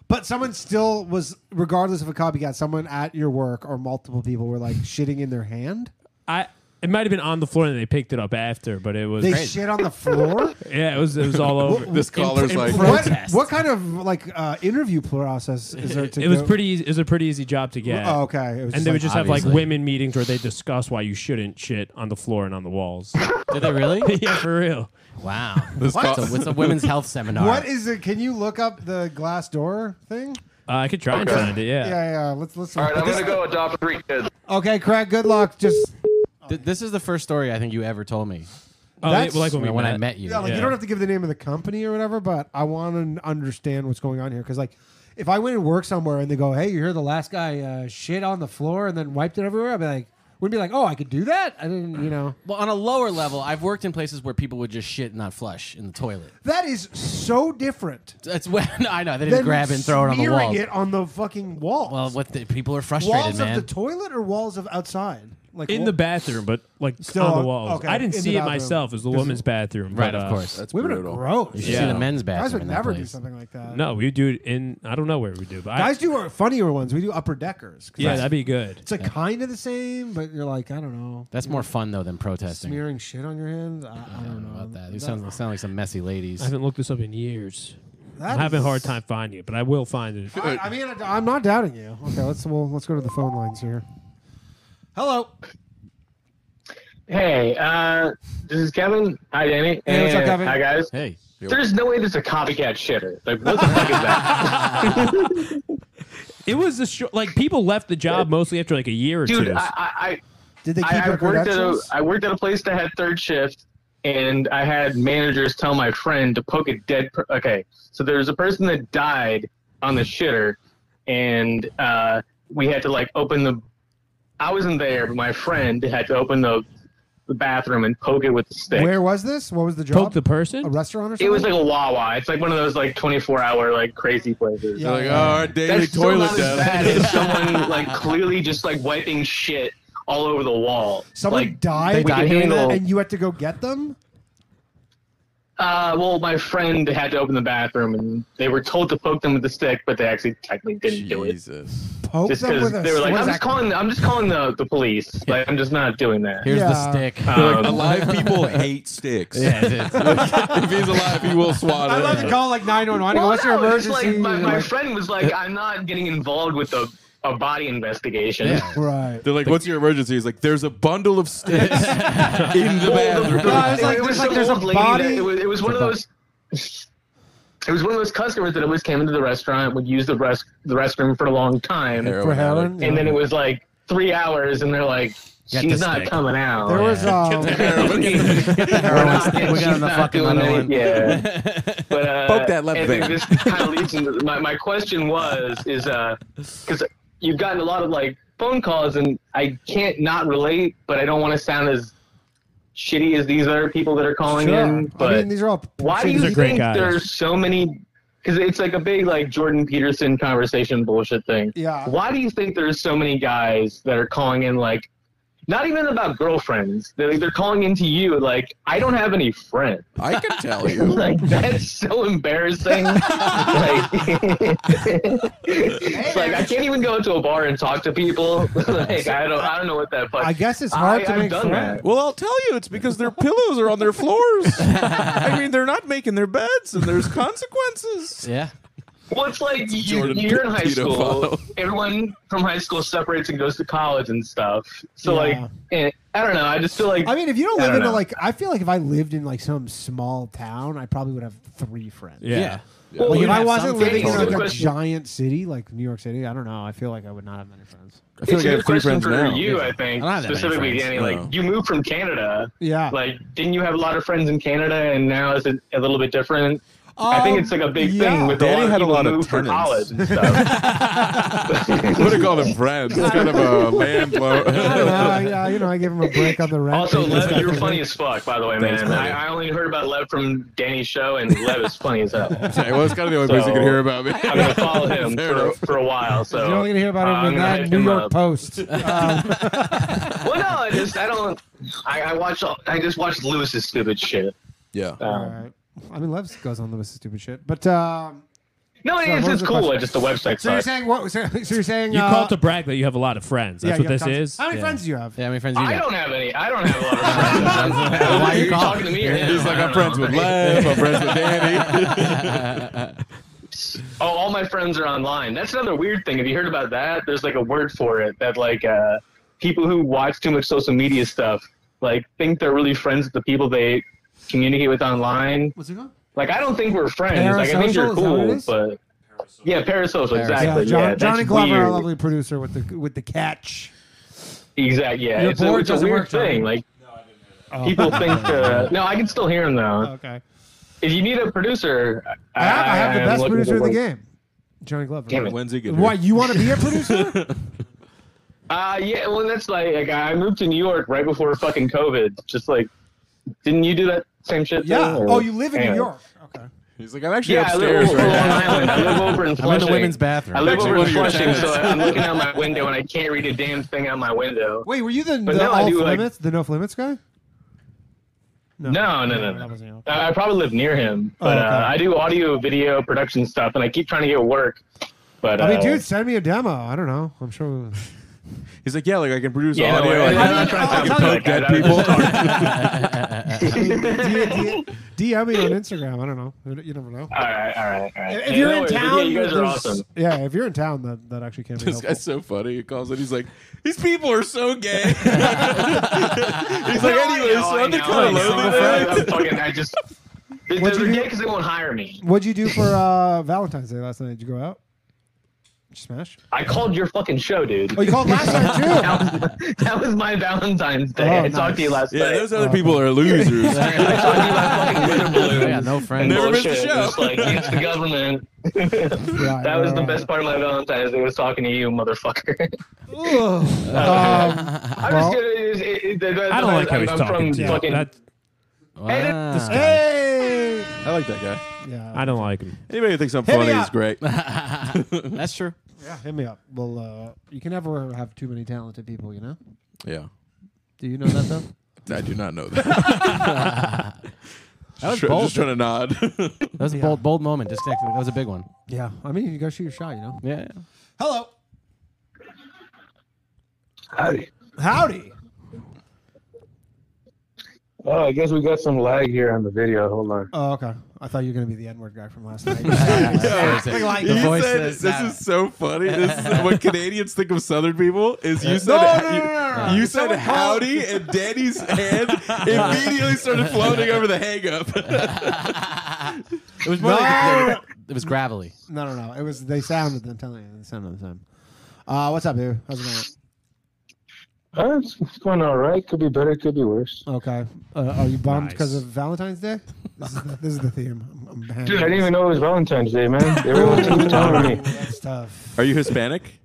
S5: But someone still was, regardless of a copycat, someone at your work or multiple people were like shitting in their hand.
S7: I it might have been on the floor and they picked it up after, but it was
S5: They shit on the floor.
S7: Yeah, it was it was all over.
S6: This caller's like-
S5: what, what kind of like uh, interview process is there to
S7: it was
S5: go-
S7: pretty. Easy, it was a pretty easy job to get.
S5: Oh, okay. It was just
S7: and they
S5: like-
S7: would just have
S5: Obviously.
S7: like women meetings where they discuss why you shouldn't shit on the floor and on the walls.
S8: Did they really?
S7: yeah, for real.
S8: Wow.
S7: This
S8: What?
S7: co-
S8: So it's a women's health seminar.
S5: What is it? Can you look up the glass door thing?
S7: Uh, I could try and
S12: Okay.
S7: find it. Yeah.
S5: Yeah, yeah. Let's let's.
S12: All right, I'm
S5: This-
S12: gonna go adopt three kids.
S5: Okay, Craig. Good luck. Just
S8: Th- this is the first story I think you ever told me.
S5: Oh, That's- yeah, like
S7: when we
S8: I
S7: met.
S8: met you.
S5: Yeah, like you don't have to give the name of the company or whatever, but I want to understand what's going on here because, like, if I went and worked somewhere and they go, "Hey, you hear the last guy uh, shit on the floor and then wiped it everywhere," I'd be like, "Would be like, oh, I could do that." I didn't, you know.
S8: Well, on a lower level, I've worked in places where people would just shit and not flush in the toilet.
S5: That is so different.
S8: That's when I know they didn't
S5: than
S8: grab it and throw it on the
S5: smearing
S8: wall.
S5: it on the fucking wall.
S8: Well, what the, people are frustrated,
S5: Walls
S8: man.
S5: of the toilet or walls of outside, like
S7: in
S5: wa-
S7: the bathroom, but like
S5: Still
S7: on
S5: on-
S7: the walls.
S5: okay,
S7: I didn't
S5: in
S7: see
S5: the
S7: it
S5: bathroom.
S7: myself. It was the
S5: This is-
S7: women's bathroom,
S8: Right,
S7: but,
S8: of
S7: uh,
S8: course. That's
S5: Women are brutal. gross.
S8: You should see the men's
S5: Guys
S8: bathroom
S5: would
S8: in that
S5: never do
S8: place.
S5: something like that.
S7: No, we do it in. I don't know where we do, but I-
S5: Guys do our funnier ones. We do upper deckers. 'cause
S7: Yeah,
S5: that's-
S7: that'd be good.
S5: It's like kind of the same, but you're like, I don't know.
S8: That's more fun though than protesting.
S5: Smearing shit on your hands. I, I don't know about
S8: These sound, they sound like some messy ladies.
S7: I haven't looked this up in years.
S5: That
S7: I'm having a
S5: is-
S7: hard time finding it, but I will find it.
S5: I, I mean, I, am not doubting you. Okay, let's well, let's go to the phone lines here. Hello.
S13: Hey, uh, this is Kevin. Hi, Danny.
S5: Hey, what's up,
S13: And-
S5: Kevin?
S13: Hi, guys.
S8: Hey.
S13: There's no way there's a copycat shitter. Like, what the fuck is that?
S7: It was a short, like people left the job mostly after like a year or
S13: Dude,
S7: two.
S13: I, I, I,
S5: Did they
S13: I, I worked at a, I worked at a place that had third shift, and I had managers tell my friend to poke a dead. Per- okay, so there's a person that died on the shitter, and uh, we had to like open the. I wasn't there, but my friend had to open the the bathroom and poke it with a stick.
S5: Where was this? What was the job?
S7: the person?
S5: A restaurant or something?
S13: It was like a Wawa. It's like one of those like 24 hour like crazy places.
S5: Yeah. They're like,
S6: "Oh, our daily
S13: That's still
S6: toilet
S13: not as
S6: death."
S13: bad as someone like clearly just like wiping shit all over the wall.
S5: Someone
S13: like,
S5: died,
S13: we could
S5: and-
S13: handle-
S5: and you had to go get them.
S13: Uh, well, my friend had to open the bathroom, and they were told to poke them with the stick, but they actually technically didn't do it.
S6: Jesus.
S5: Poke
S13: Just
S5: them
S13: because
S5: with a
S13: they were like,
S5: what
S13: I'm
S5: is that-
S13: just calling. I'm just calling the, the police. Like, I'm just not doing that. Um,
S5: Here's the Yeah. stick.
S6: Like, alive people hate sticks.
S13: Yeah, it is.
S6: if he's alive, he will swat
S5: I
S6: it.
S5: love to call like nine one one.
S13: Well,
S5: What's your
S13: no, it's
S5: emergency?
S13: just Like, my
S5: And,
S13: my
S5: like,
S13: friend was like, I'm not getting involved with a, a body investigation.
S5: Right.
S6: They're like, "What's your emergency?" He's like, "There's a bundle of sticks in the bathroom."
S13: No,
S5: I was like,
S13: it
S5: there's
S13: was
S5: like-
S13: some
S5: there's a
S13: old lady
S5: body-
S13: that- It was, it was one of those. It was one of those customers that always came into the restaurant, would use the rest the restroom for a long time,
S5: For Helen,
S13: and
S5: yeah.
S13: then it was like three hours, and they're like,
S5: Get
S13: "She's
S5: the
S13: not
S5: stick."
S13: coming out."
S5: There was, um, Get the heroin. Get the heroin stick. We got
S13: She's
S5: on the
S13: not
S5: fucking
S13: doing
S5: other
S13: it.
S5: one.
S13: Yeah, but uh,
S6: Poke that left
S13: and then
S6: vein.
S13: This kind of leads into my my question was is because you've gotten a lot of like phone calls, and I can't not relate, but I don't want to sound as shitty as these other people that are calling
S5: Sure.
S13: in. But
S5: I mean, these are all.
S13: why do
S5: these
S13: you
S5: are great
S13: think
S5: guys.
S13: there's so many? Because it's like a big like Jordan Peterson conversation bullshit thing.
S5: Yeah.
S13: Why do you think there's so many guys that are calling in like, not even about girlfriends? They're like, they're calling into you like, I don't have any friends.
S6: I can tell you.
S13: like that's so embarrassing. like, it's like I can't even go to a bar and talk to people. like I don't I don't know what that. Fuck.
S5: I guess it's hard to
S13: I've
S5: make
S13: done
S5: friends.
S13: that.
S6: Well, I'll tell you, it's because their pillows are on their floors. I mean, they're not making their beds, and there's consequences.
S8: Yeah.
S13: Well, it's like you,
S14: Jordan
S13: you're in high
S14: pedophile.
S13: school. Everyone from high school separates and goes to college and stuff. So like, eh, I don't know. I just feel like
S5: I mean, if you don't live
S13: in
S5: in a, like, I feel like if I lived in like some small town, I probably would have three friends.
S13: Yeah. Yeah. Yeah.
S5: Like,
S13: Well,
S5: if
S13: you'd
S5: I
S13: have
S5: wasn't
S13: some
S5: living in
S13: friends.
S5: like a
S13: Question-
S5: giant city like New York City, I don't know. I feel like I would not have many friends.
S13: it's a good question for you, I think specifically, Danny. Like, you moved from Canada.
S5: Yeah.
S13: Like, didn't you have a lot of friends in Canada, and now it's a, a little bit different? I think
S6: Um,
S13: it's like a big
S6: yeah.
S13: thing with
S6: Danny
S13: a lot
S6: had a
S13: of people
S6: lot of
S13: who moved for
S6: tenants.
S13: college and stuff.
S6: I would have called him friends. It's kind of a man blow.
S5: Uh, yeah, you know, I give him a break on the rent.
S13: Also,
S5: and
S13: Lev,
S5: stuff.
S13: you're funny as fuck, by the way,
S6: Thanks,
S13: man.
S6: buddy.
S13: I, I only heard about Lev from Danny's show, and Lev is funny as hell.
S6: Yeah, well, it's kind of the only place you can hear about me.
S13: I'm gonna follow him for, for a while. So
S5: You're only gonna hear about
S13: uh,
S5: him
S13: I'm
S5: in
S13: gonna
S5: that
S13: hit
S5: New
S13: him
S5: York
S13: up.
S5: Post. Um,
S13: Well, no, I just I don't. I, I watch. all- I just watch Lewis's stupid shit. Um,
S6: Yeah.
S5: all right. I mean, Lev goes on Lewis's stupid shit, but um,
S13: No,
S5: so what
S13: it's,
S5: was
S13: it's
S5: the
S13: cool.
S5: question?
S13: Just the website.
S5: So you're
S13: sucks.
S5: saying what? So, so you're saying
S7: You
S5: uh,
S7: called to brag that you have a lot of friends. That's
S5: yeah,
S7: what
S5: you have
S7: this
S5: tons-
S7: is.
S5: How many friends do you have?
S8: Yeah, how many friends
S13: I don't have any. I don't have a lot of friends.
S8: Why are you
S13: You're
S8: calling?
S13: talking to me. or him?
S6: He's like,
S13: I
S6: I'm
S13: don't
S6: friends
S13: know.
S6: with Lev. I'm friends with Danny.
S13: Oh, all my friends are online. That's another weird thing. Have you heard about that? There's like a word for it that like uh, people who watch too much social media stuff like think they're really friends with the people they communicate with online.
S5: What's it called?
S13: Like I don't think we're friends. Like I think you're
S5: Parasocial, is that what it
S13: cool,
S5: is?
S13: but yeah, parasocial, Oh, exactly.
S5: Yeah, John-
S13: yeah, that's
S5: Johnny Glover,
S13: weird.
S5: our lovely producer, with the with the catch.
S13: Exactly. Yeah,
S5: Your
S13: it's a,
S5: board
S13: it's a
S5: doesn't
S13: weird
S5: work, Johnny.
S13: thing. Like
S5: Oh.
S13: people think. Uh, no, I can still hear him though.
S5: Okay.
S13: If you need a producer, I,
S5: I have, I have
S13: am
S5: the best
S13: looking
S5: producer in the
S13: for-
S5: game, Johnny Glover.
S13: Damn it.
S6: When's he
S5: Why you want to be a producer?
S13: Uh, yeah, well, that's like, like, I moved to New York right before fucking COVID. Just like, didn't you do that same shit?
S5: yeah.
S13: thing, or-
S5: Oh, you live in New
S13: anyway.
S5: York. Okay.
S6: He's like, I'm actually
S13: yeah,
S6: upstairs
S13: I live
S6: right
S13: over on
S6: now.
S13: Long Island. I live over in
S8: I'm in
S13: Flushing.
S8: the women's bathroom.
S13: I live
S6: Actually,
S13: over
S6: one
S13: in
S6: of your
S13: Flushing, so
S6: tenants.
S13: I'm looking out my window and I can't read a damn thing out my window.
S5: Wait, were you the,
S13: But
S5: the
S13: no, I
S5: off
S13: do, like-
S5: limits, the no limits guy? No,
S13: No, no, no,
S5: that
S13: no.
S5: wasn't you.
S13: I I probably live near him, but
S5: Oh, okay.
S13: uh, I do audio, video, production stuff, and I keep trying to get work. But
S5: I mean,
S13: uh,
S5: dude, send me a demo. I don't know. I'm sure.
S6: He's like, yeah, like I can produce
S13: Yeah, no,
S6: audio.
S13: I-
S6: I,
S13: I'm
S6: can-
S13: not trying to
S6: I can
S13: sound
S6: poke
S13: cool,
S6: dead
S13: like, I-
S6: people.
S5: DM, DM me on Instagram. I don't know. You never know.
S13: all right, all right, all right.
S5: If
S13: Yeah,
S5: you're
S13: no
S5: in
S13: worries.
S5: town,
S13: yeah, you guys are
S5: there's-
S13: awesome.
S5: Yeah, if you're in town, that, that actually can be
S6: This
S5: helpful.
S6: guy's so funny. He calls it. He's like, these people are so gay. he's like, anyway, so I'm kind of lonely. there."
S13: I'm fucking, I just. They're,
S5: What'd you do?
S13: they're gay because they won't hire me.
S5: What'd you do for uh, Valentine's Day last night? Did you go out? Did you smash?
S13: I called your fucking show, dude.
S5: Oh, you called last night too.
S13: that, was, that was my Valentine's Day.
S5: Oh,
S13: I talked to you last
S6: Yeah,
S13: night.
S6: those other people are losers.
S13: I talked to you about fucking weather balloons.
S8: Yeah, no
S13: and
S8: friends.
S6: Never missed a
S13: bullshit.
S6: show.
S13: It's like against the government. that
S5: Right,
S13: was
S5: right,
S13: the
S5: right.
S13: best part of my Valentine's Day was talking to you, motherfucker.
S5: Ugh. um,
S13: I'm
S5: Well-
S13: just gonna. It, it, it,
S7: I don't like how he's
S13: I'm
S7: talking
S13: from
S7: to you.
S13: fucking,
S7: That-
S8: Wow.
S5: hey.
S6: I like that guy.
S5: Yeah.
S7: I don't like him.
S6: Anybody who thinks I'm
S5: Hit me
S6: funny
S5: up.
S6: is great.
S8: That's true.
S5: Yeah, hit me up. Well, uh, you can never have too many talented people, you know?
S6: Yeah.
S5: Do you know that, though?
S6: I do not know that. just, try- just trying to nod.
S8: That was a bold, bold moment. Disconnected. That was a big one.
S5: yeah. I mean, you go shoot your shot, you know?
S8: Yeah.
S5: Hello.
S12: Howdy.
S5: Howdy.
S12: Oh, I guess we got some lag here on the video. Hold on.
S5: Oh, okay. I thought you were going to be the N word guy from last night.
S8: Exactly like
S6: You
S8: the voice
S6: said-
S8: says
S6: this
S8: that.
S6: is so funny. This is what Canadians think of Southern people is you said
S5: No,
S6: ha-
S5: no, no, no, no.
S6: you, you
S5: If
S6: said
S5: someone called-
S6: howdy and Danny's hand immediately started floating over the hang up.
S8: It was more like it
S5: Mm.
S8: was gravelly.
S5: no, no, no. It was, they sounded, I'm telling you, they sounded the same. Uh, what's up, dude? How's it
S12: Uh, it's, it's going all right. Could be better. Could be worse.
S5: going? Okay. Uh, are you bummed because
S7: Nice.
S5: of Valentine's Day? This is the, this is the theme. I'm, I'm
S12: Dude, I didn't even know it was Valentine's Day, man. Everyone keeps telling me.
S5: That's tough.
S6: Are you Hispanic?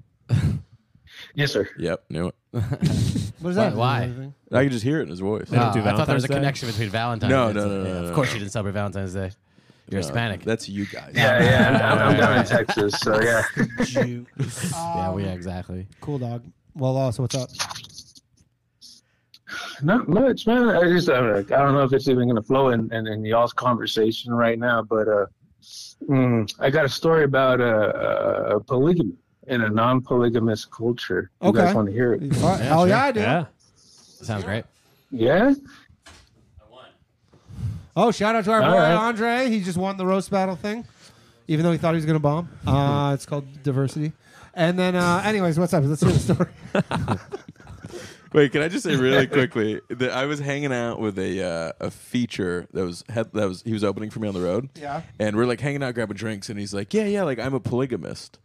S12: Yes, sir.
S6: Yep, knew it.
S5: What is that?
S8: Why-
S5: Is that anything?
S6: I could just hear it in his voice.
S7: They don't do
S8: Oh, I thought there was
S7: Valentine's
S8: a
S7: Day?
S8: connection between Valentine's.
S6: No,
S8: and-
S6: no, no, no,
S8: yeah,
S6: no,
S8: Of
S6: no,
S8: course
S6: no.
S8: you didn't celebrate Valentine's Day. You're Hispanic.
S6: That's you guys.
S12: Yeah, yeah. I'm, I'm down in Texas, so yeah.
S5: Jew.
S8: yeah, we yeah, exactly.
S5: Um, Cool dog. Well, also, what's up?
S12: Not much, man. I just I don't know, I don't know if it's even gonna flow in, in, in y'all's conversation right now, but uh, mm, I got a story about uh, uh, polygamy in a non-polygamous culture. You
S5: Okay.
S12: guys want to hear it?
S5: Hell
S8: sure.
S5: yeah, I do.
S7: Yeah.
S8: Sounds great.
S12: Yeah.
S5: Oh, shout out to our
S12: All
S5: boy
S12: right.
S5: Andre. He just won the roast battle thing. even though he thought he was going to bomb. Uh, it's called diversity. And then, uh, anyways, what's up? Let's hear the story.
S6: Wait, can I just say really quickly that I was hanging out with a uh, a feature that was head, that was he was opening for me on the road.
S5: Yeah.
S6: and we're like hanging out, grabbing drinks, and he's like, "Yeah, yeah, like I'm a polygamist."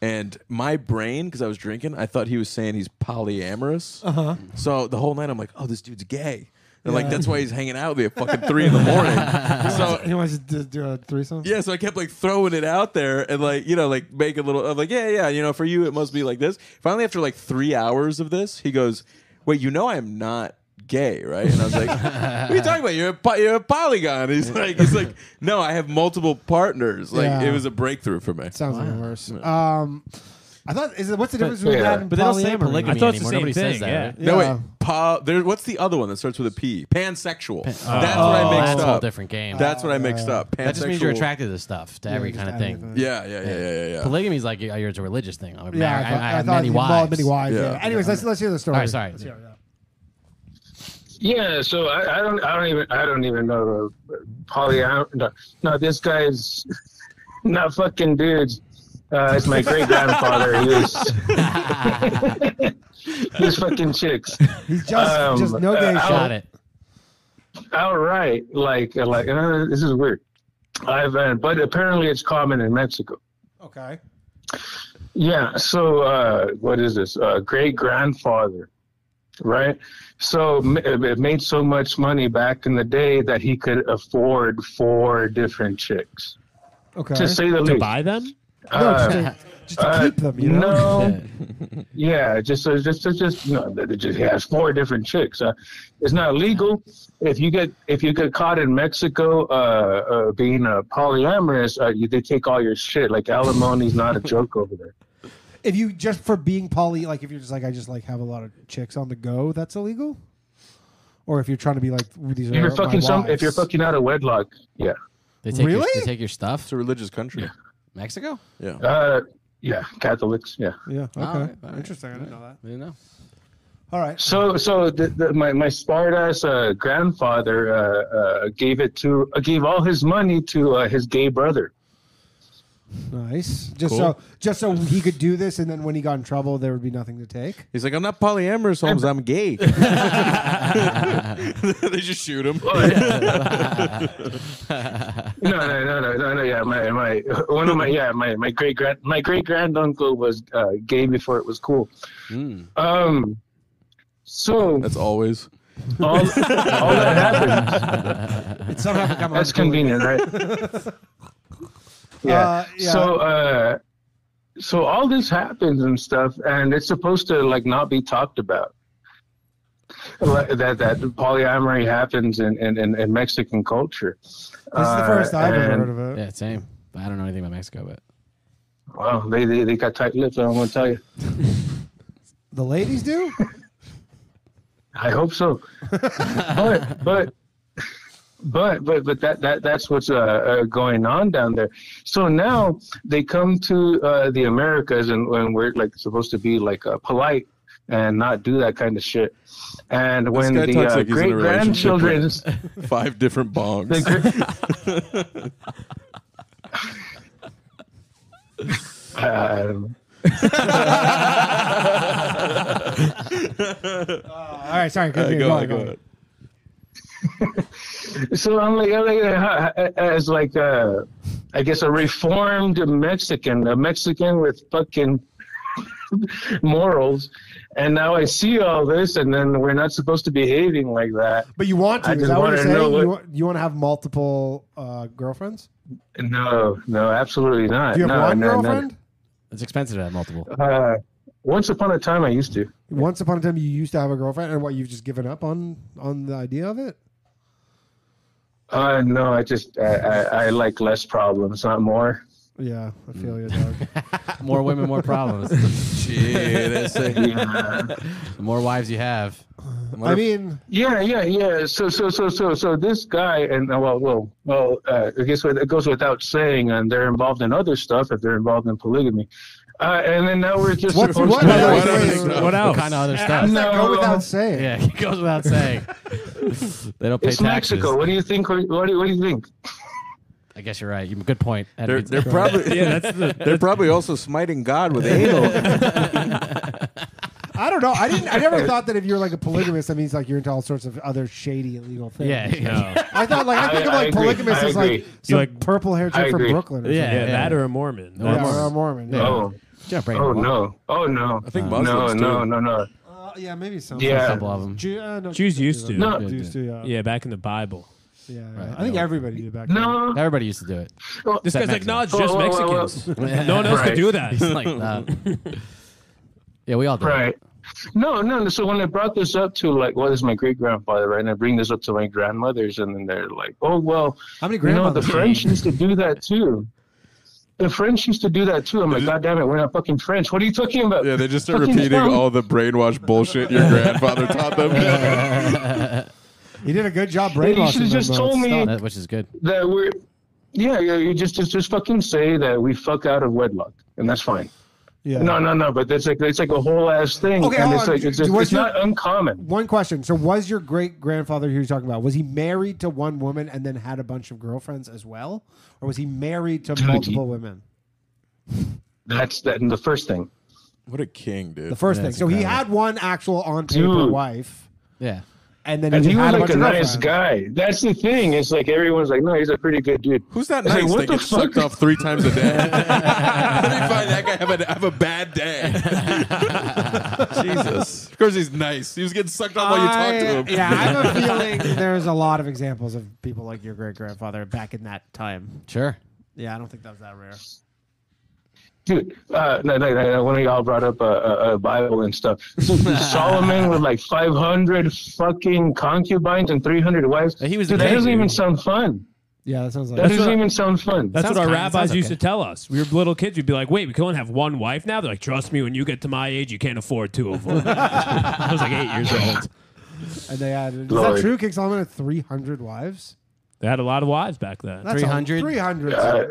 S6: And my brain, because I was drinking, I thought he was saying he's polyamorous.
S5: Uh-huh.
S6: So the whole night, I'm like, "Oh, this dude's gay." And like
S5: Yeah.
S6: that's why he's hanging out with me at fucking three in the morning. so
S5: he wants to do- do a
S8: Oh.
S5: threesome.
S6: yeah, so I kept like throwing it out there and like, you know, like make a little I'm like, yeah, yeah, you know, for you it must be like this. Finally after like three hours of this, he goes, Wait, you know I'm not gay, right? And I was like, What are you talking about? You're a po- you're a polygon. He's like he's like, No, I have multiple partners. Like
S5: Yeah.
S6: it was a breakthrough for me.
S5: Sounds like worse. Um, I thought is it, what's the difference
S6: But-
S5: between
S6: yeah.
S5: that and
S6: But they don't say
S5: polyamory?
S6: polygamy
S7: I thought it's the same thing, yeah.
S6: No
S5: Yeah.
S6: wait, pa- there, what's the other one that starts with a P? Pansexual. that's
S8: Oh.
S6: what I mixed
S8: That's a
S6: up.
S8: whole different game. Uh,
S6: That's what I mixed up. Pansexual.
S8: That just means you're attracted to stuff, to
S6: Yeah,
S8: every
S6: just
S8: kind of
S6: anything.
S8: thing.
S6: Yeah, yeah, yeah, yeah, yeah, yeah.
S8: Polygamy is like yeah, it's a religious thing. I'm
S5: Yeah,
S8: married-
S5: I
S8: I,
S5: thought-
S8: I
S5: I
S8: have
S5: thought
S8: many
S5: you involved
S8: wives.
S5: many wives, Yeah. yeah. Anyways, let's- let's hear the story.
S8: All right, sorry.
S5: Let's hear
S12: Yeah, so I, I don't, I don't even, I don't even know uh, polyam. No, no, this guy's not fucking dudes. Uh, it's my great grandfather. he was, he was fucking chicks. Um,
S5: He's just- just no gay shit. Got it.
S12: Outright, like, uh, like uh, this is weird. I've, uh, but apparently it's common in Mexico.
S5: Okay.
S12: Yeah. So uh, what is this? Uh, great grandfather, right? So m- it made so much money back in the day that he could afford four different chicks.
S5: Okay.
S12: To say the
S7: to
S12: least.
S7: buy them?
S12: Uh,
S5: just to keep them, you
S12: no,
S5: know?
S12: yeah, just uh, just just, just no, th- th- just he has four different chicks. Uh, it's not legal if you get if you get caught in Mexico uh, uh, being uh, polyamorous. Uh, you, they take all your shit. Like alimony's not a joke over there.
S5: If you just for being poly, like if you're just like I just like have a lot of chicks on the go, that's illegal. Or if you're trying to be like these are
S12: If you're
S5: my
S12: fucking some, if
S5: wives.
S12: you're fucking out of wedlock, yeah.
S8: They
S5: take your- Really?
S8: they take your stuff.
S6: It's a religious country.
S8: Mexico?
S6: Yeah.
S12: Uh, yeah, Catholics. Yeah.
S5: Yeah.
S7: Oh,
S5: Okay.
S8: All right, all right.
S5: Interesting. I didn't know that.
S8: I didn't know.
S5: All right.
S12: So, so the, the, my my smart ass uh, grandfather uh, uh, gave it to uh, gave all his money to uh, his gay brother.
S5: Nice. Just
S6: Cool.
S5: so just so he could do this, and then when he got in trouble, there would be nothing to take.
S6: He's like, I'm not polyamorous, Holmes. I'm gay. they just shoot him.
S12: No, no, no, no, no, no. Yeah, my my one of my yeah my my great grand my great granduncle was uh, gay before it was cool. Um, so
S6: that's always
S12: all, all that happens.
S5: It somehow become
S12: That's
S5: uncool.
S12: convenient, right? Yeah.
S5: Uh, yeah.
S12: So, uh, so all this happens and stuff, and it's supposed to like not be talked about. Like, that that polyamory happens in, in, in, in Mexican culture. Uh, This is
S8: This is the first I've ever heard
S5: of it.
S8: Yeah, same. But I don't know anything about Mexico, but
S12: Wow, they, they they got tight lips. I'm gonna tell you.
S5: The ladies do.
S12: I hope so. but but but but but that that that's what's uh, uh, going on down there. So now they come to uh, the Americas and when we're like supposed to be like uh, polite and not do that kind of shit. And when
S6: guy
S12: the
S6: talks
S12: uh,
S6: like he's in a
S12: great
S6: relationship with-
S12: grandchildren's
S6: five different bongs.
S12: um,
S5: Uh, all right. Sorry.
S12: Uh,
S5: Continue.
S12: go
S5: go
S12: on,
S5: on,
S12: go
S5: go on.
S12: so I'm like, I'm like uh, as like uh, I guess a reformed Mexican, a Mexican with fucking morals, and now I see all this, and then we're not supposed to be behaving like that.
S5: But you want to?
S12: I
S5: is
S12: just
S5: that what
S12: wanna
S5: you're saying?
S12: know what-
S5: You, want, you want to have multiple uh, girlfriends?
S12: No, no, absolutely not.
S5: Do you have
S12: no,
S5: one
S12: no, no.
S5: girlfriend?
S8: it's expensive to have multiple.
S12: Uh, once upon a time, I used to.
S5: Once upon a time, you used to have a girlfriend, and what you've just given up on on the idea of it.
S12: Uh, no, I just I, I, I like less problems, not more.
S5: Yeah, I feel you, dog.
S8: More women, more problems.
S6: Gee, that's a-
S8: The more wives you have.
S5: I mean,
S12: Yeah, yeah, yeah. So, so, so, so, so this guy, and uh, well, well, well. Uh, I guess what it goes without saying, and they're involved in other stuff if they're involved in polygamy. Uh, and then now we're just
S5: What's-
S12: supposed
S5: what
S12: to-
S5: other What other stuff? stuff? What else?
S8: kind of other
S5: How
S8: stuff?
S5: does that
S12: um,
S5: go without saying?
S8: Yeah, it goes without saying. they don't pay
S12: it's
S8: taxes.
S12: Mexico. What do you think? What do you, what do you think?
S8: I guess you're right. You good point. That
S6: They're,
S8: is-
S6: they're probably they're probably also smiting God with anal.
S5: I don't know. I didn't. I never thought that if you're like a polygamist, that means like you're into all sorts of other shady illegal things.
S7: Yeah, no.
S5: I thought like I think of
S7: I
S5: like
S7: agree.
S5: polygamist
S7: I
S5: as like
S7: agree.
S5: some
S7: You like-
S5: purple hair
S12: I
S5: chick from
S12: agree.
S5: Brooklyn. Or
S7: Yeah,
S5: something.
S7: yeah, that or a Mormon.
S5: Yeah,
S7: That's-
S5: or a Mormon. Yeah.
S12: Oh,
S8: Jump
S12: oh no! Oh no! I
S6: think
S12: no,
S7: Muslims do.
S12: no, no, no.
S5: Uh, yeah, maybe some.
S12: Yeah.
S7: Couple of 'em.
S5: Jew- uh, no,
S7: Jews
S5: do
S7: used
S5: that.
S7: to.
S5: No. Used to, yeah.
S7: yeah, back in the Bible.
S5: Yeah, yeah. I think everybody did back. then.
S12: No,
S8: Everybody used to do it.
S7: This
S8: Except
S7: guy's like, no, it's
S8: Mexicans.
S7: just Mexicans. no one else could do that.
S8: He's like, uh, yeah, we all do. it.
S12: Right. No, no. So when I brought this up to like, well, this is my great grandfather, right? And I bring this up to my grandmothers, and then they're like, oh, well,
S5: How many
S12: you know, the
S5: grandmothers?
S12: French used to do that too. The French used to do that too. I'm like, God damn it, we're not fucking French. What are you talking about?
S6: Yeah, they just start
S12: Fucking
S6: repeating
S12: dumb.
S6: all the brainwash bullshit your grandfather taught them.
S5: You did a good job
S12: You
S5: brainwashing
S12: should've
S5: them,
S12: just
S5: though.
S12: told me-
S8: That- which is good.
S12: that we're yeah, yeah you just, just just fucking say that we fuck out of wedlock and that's fine
S5: Yeah.
S12: no no no but that's like it's like a whole ass thing
S5: Okay,
S12: and
S5: hold
S12: it's
S5: on.
S12: like it's, just,
S5: What's
S12: it's
S5: your-
S12: not uncommon
S5: One question. So, was your great grandfather who you're talking about? Was he married to one woman and then had a bunch of girlfriends as well, or was he married to
S12: Dude,
S5: multiple women?
S12: that's that and the first thing
S6: What a king, dude!
S5: The first
S8: Yeah,
S5: thing.
S8: it's
S5: So he
S8: incredible.
S5: had one actual on paper
S12: Dude.
S5: wife,
S8: Yeah.
S5: and then
S12: and
S5: he,
S12: he
S5: just
S12: was
S5: had
S12: like
S5: a bunch
S12: a
S5: of
S12: nice
S5: girlfriends.
S12: guy that's the thing it's like everyone's like no he's a pretty good dude
S6: Who's that
S12: It's like,
S6: nice
S12: what
S6: that
S12: the
S6: gets
S12: fuck?
S6: sucked off three times a day? How do you find that guy have a, have a bad day? Jesus. Of course he's nice. He was getting sucked off while you talked to him.
S5: I- yeah, I have a feeling there's a lot of examples of people like your great grandfather back in that time.
S8: Sure.
S5: Yeah, I don't think that was that rare.
S12: dude uh no, no, no, no, one of y'all brought up a, a, a bible and stuff So solomon with like 500 fucking concubines and 300 wives
S8: He was the
S12: dude, that
S8: king,
S12: doesn't
S8: dude.
S12: even sound fun
S5: Yeah, that sounds like
S12: that doesn't even sound fun
S7: That's
S8: Sounds
S7: what our
S8: kinda-
S7: rabbis
S8: sounds
S7: used
S8: okay.
S7: to tell us. We were little kids. We'd be like, wait, we can only have one wife now? They're like, trust me, when you get to my age, you can't afford two of them. I was like eight years old.
S5: And they had. Is that
S12: Lord.
S5: true? King Solomon had 300 wives.
S7: They had a lot of wives back then.
S5: That's a-
S8: 300?
S5: 300.
S12: Uh,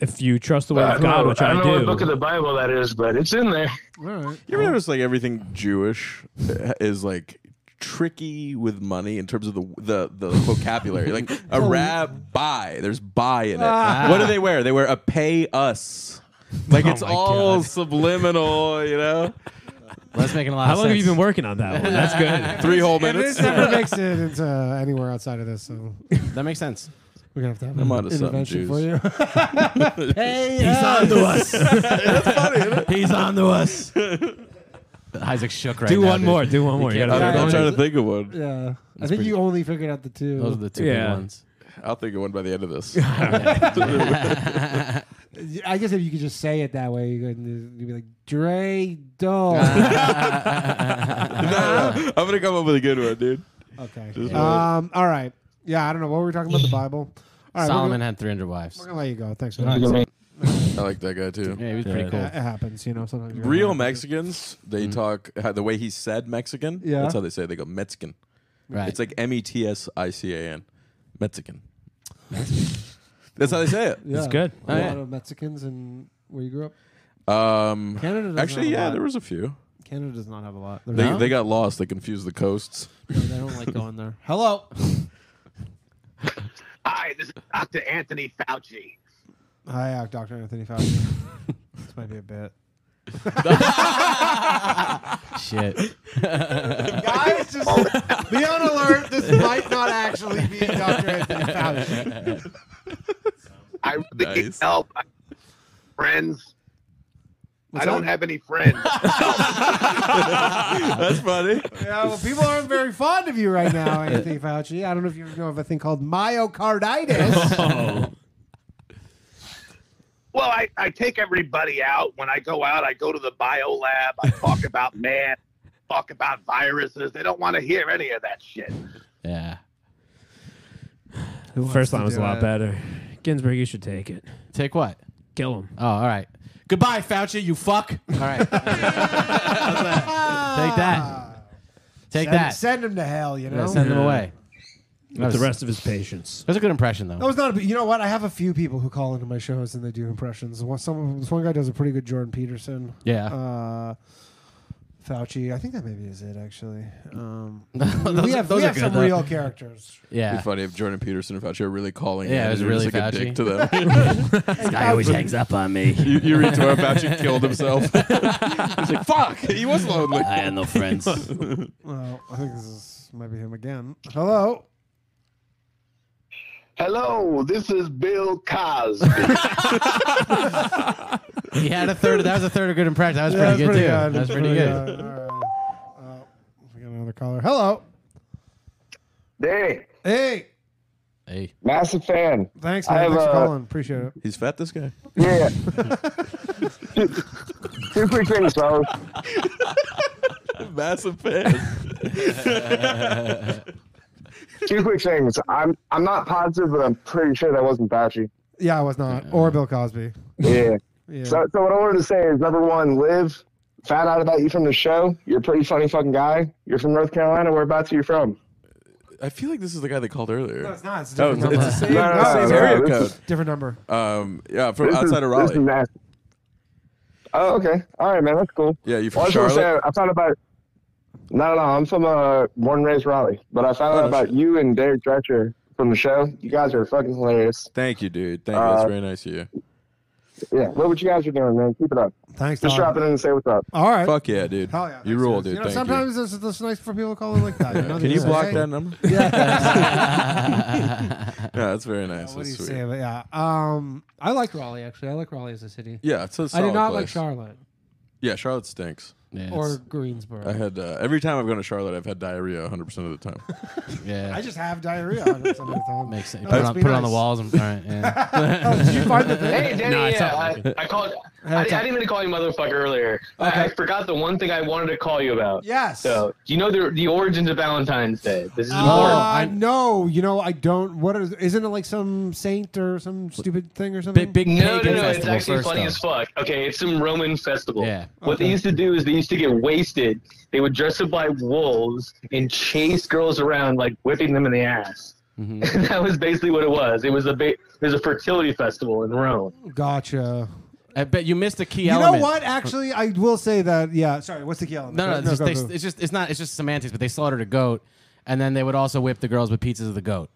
S7: if you trust the word
S12: I
S7: of
S12: don't
S7: God,
S12: know-
S7: which I,
S12: don't know what book of
S7: do.
S12: the Bible that is, but it's in there.
S5: All right.
S6: You ever notice like everything Jewish eh, is like tricky with money in terms of the the, the vocabulary? Like a rabbi, there's buy in it.
S7: Ah.
S6: What do they wear? They wear a pay us.
S7: Oh
S6: Like it's all subliminal, you know.
S8: Well, that's making a lot
S7: How
S8: of
S7: long have
S8: sense.
S7: you been working on that one? That's good.
S6: Three whole
S5: And
S6: minutes.
S5: this never makes it into anywhere outside of this, so
S8: That makes sense.
S5: we're gonna have to have
S6: I'm
S5: an
S6: onto something,
S5: intervention
S6: Jews.
S5: for you.
S8: He's on to us. He's on to us. Isaac shook right
S7: Do
S8: now,
S7: one
S8: dude.
S7: more. Do one more. You
S8: can't-
S6: I
S7: gotta
S6: don't know, I'm
S7: do
S6: trying
S7: one.
S6: to think of one.
S5: yeah, I think you only figured out the two.
S8: Those are the two
S7: Yeah.
S8: big ones.
S6: I'll think of one by the end of this.
S5: I guess if you could just say it that way, you could- you'd be like Dre Dole.
S6: No, no, no. I'm gonna come up with a good one, dude.
S5: okay.
S6: Just
S5: Um. All right. Yeah. I don't know what were we talking about. The Bible. All right.
S8: Solomon
S5: We're gonna,
S8: had 300 wives.
S5: we're gonna let you go. Thanks for
S12: You
S5: that.
S12: know what I mean?
S6: I like that guy too.
S8: Yeah, he was pretty
S7: Yeah.
S8: cool. Mm-hmm.
S5: It happens, you know. Sometimes you're-
S6: Real Mexicans, they talk how, the way he said Mexican.
S5: Yeah.
S6: that's how they say. It. They go Mexican.
S8: Right.
S6: It's like M E T S I C A N, Mexican. That's how they say it.
S5: Yeah.
S7: It's good.
S5: A
S8: Oh,
S5: lot
S8: yeah.
S5: of Mexicans and where you grew up.
S6: Um,
S5: Canada doesn't
S6: actually,
S5: have a
S6: yeah,
S5: lot.
S6: there was a few.
S5: Canada does not have a lot.
S6: They,
S5: no?
S6: they got lost. They confused the coasts.
S5: No, they don't like going there. Hello.
S15: Hi, this is Dr. Anthony Fauci.
S5: Hi, uh, Dr. Anthony Fauci. this might be a bit.
S8: Shit.
S5: Guys, just be on alert. This might not actually be Dr. Anthony Fauci.
S15: I really need
S6: Nice.
S15: help. I- Friends. I don't have any friends.
S6: That's funny.
S5: Yeah, well, people aren't very fond of you right now, Anthony Fauci. I don't know if you know of a thing called myocarditis.
S15: well, I, I take everybody out. When I go out, I go to the bio lab. I talk about man, talk about viruses. They don't want to hear any of that shit.
S8: Yeah.
S7: First line was a
S5: do
S7: lot
S5: it?
S7: better. Ginsburg, you should take it.
S8: Take what?
S7: Kill him.
S8: Oh, all right. Goodbye, Fauci, you fuck. All right. Take that. Take
S5: send,
S8: that.
S5: send him to hell, you know?
S8: Yeah, send them
S7: Yeah.
S8: away. That
S7: With
S8: was,
S7: the rest of his patients.
S8: that was a good impression, though.
S5: that was not a, you know what? I have a few people who call into my shows and they do impressions. One, some, this one guy does a pretty good Jordan Peterson.
S8: yeah.
S5: Uh, Fauci. I think that maybe is it actually. Um,
S6: Those-
S5: we have,
S6: those
S5: we
S6: are
S5: have
S6: good,
S5: some
S6: though.
S5: real characters.
S6: It'd be funny if Jordan Peterson and Fauci are really calling
S8: Yeah,
S6: in
S8: it was
S6: and you're just
S8: really
S6: like a dick
S8: Fauci.
S6: to them.
S8: This guy always hangs up on me.
S6: You, you read to where Fauci killed himself. He's like, fuck, he was lonely.
S8: I had no friends.
S5: well, I think this is, might be him again. Hello.
S15: Hello, this is Bill Cosby.
S8: He had a third. That was a third of good impression. That was
S5: Yeah,
S8: pretty good too.
S5: that's
S8: That was pretty good.
S5: All right. Uh, we got another caller. Hello.
S16: Hey.
S5: Hey.
S8: Hey.
S16: Massive fan.
S5: Thanks,
S16: I
S5: man.
S16: have,
S5: Thanks for
S16: uh,
S5: calling. Appreciate it.
S6: He's fat, this guy.
S16: Yeah. two, two quick things, fellas.
S6: Massive fan.
S16: Two quick things. I'm I'm not positive, but I'm pretty sure that wasn't Batchy.
S5: Yeah, I was not. Or Bill Cosby.
S16: Yeah.
S5: Yeah.
S16: So, so what I wanted to say is number one, live. Found out about you from the show. You're a pretty funny fucking guy. You're from North Carolina. Whereabouts are you from?
S6: I feel like this is the guy they called earlier. No,
S5: it's not. It's a
S6: oh,
S5: different number.
S6: it's the same,
S5: No, no,
S6: same
S5: no, no,
S6: area
S5: this
S6: code.
S5: is- Different number.
S6: Um, yeah, from
S16: This is-
S6: outside of
S16: this is
S6: Raleigh.
S16: nasty. Oh, okay. All right, man. That's cool.
S6: Yeah, you
S16: Well,
S6: from
S16: I just wanna
S6: Charlotte?
S16: say, I found out about. No, no, I'm from uh, born and raised Raleigh, but I found
S6: Oh,
S16: out
S6: no
S16: about you and Derek Dretcher from the show. You guys are fucking hilarious.
S6: Thank you, dude. Thank you. That's
S16: Uh,
S6: very nice of you.
S16: Yeah, love what you guys are doing, man. Keep it up.
S5: Thanks,
S16: Just
S5: Tom.
S16: dropping in and say what's up.
S5: All right.
S6: Fuck yeah, dude.
S5: Hell yeah,
S6: you rule, dude.
S5: You know,
S6: Thank
S5: sometimes it's, it's nice for people to call in like that.
S6: you.
S5: You know,
S6: Can
S5: they
S6: you
S5: just
S6: block
S5: say-
S6: that number?
S5: Yeah.
S6: yeah, that's very nice.
S5: What do
S6: That's
S5: you
S6: sweet.
S5: say? But yeah, um, I like Raleigh actually. I like Raleigh as a city.
S6: Yeah, it's a
S5: I
S6: solid
S5: did not like
S6: place.
S5: Charlotte.
S6: Yeah, Charlotte stinks.
S5: Or Greensboro.
S6: I had uh, every time I've gone to Charlotte, I've had diarrhea 100 percent of the time.
S8: Yeah.
S5: I just have diarrhea. 100% of the time.
S8: Makes sense.
S5: No,
S8: Put, it
S5: let's
S8: on,
S5: be
S8: put it on the
S5: nice.
S8: walls. And, all right, yeah.
S5: Oh, did you find the thing?
S10: Hey, Danny,
S8: No, it's
S10: yeah,
S8: not
S10: I,
S8: like it.
S10: I called. I, I didn't mean to call you motherfucker earlier. I, I forgot the one thing I wanted to call you about.
S5: Yes.
S10: So you know the the origins of Valentine's Day. This is important.
S5: Uh, no, you know I don't. What is? Isn't it like some saint or some stupid thing or something?
S10: no, no, no, it's actually funny as fuck. Okay, it's some Roman festival. Yeah. What they used to do is they used to get wasted. They would dress up like wolves and chase girls around, like whipping them in the ass.
S8: Mm-hmm.
S10: that was basically what it was. It was a ba- it was a fertility festival in Rome.
S5: Gotcha.
S8: I bet you missed a key
S5: You
S8: element.
S5: know what? Actually, I will say that. Yeah. Sorry. What's the key element?
S8: No, no, it's, just,
S5: go,
S8: they,
S5: go.
S8: it's just it's not it's just semantics. But they slaughtered a goat, and then they would also whip the girls with pieces of the goat.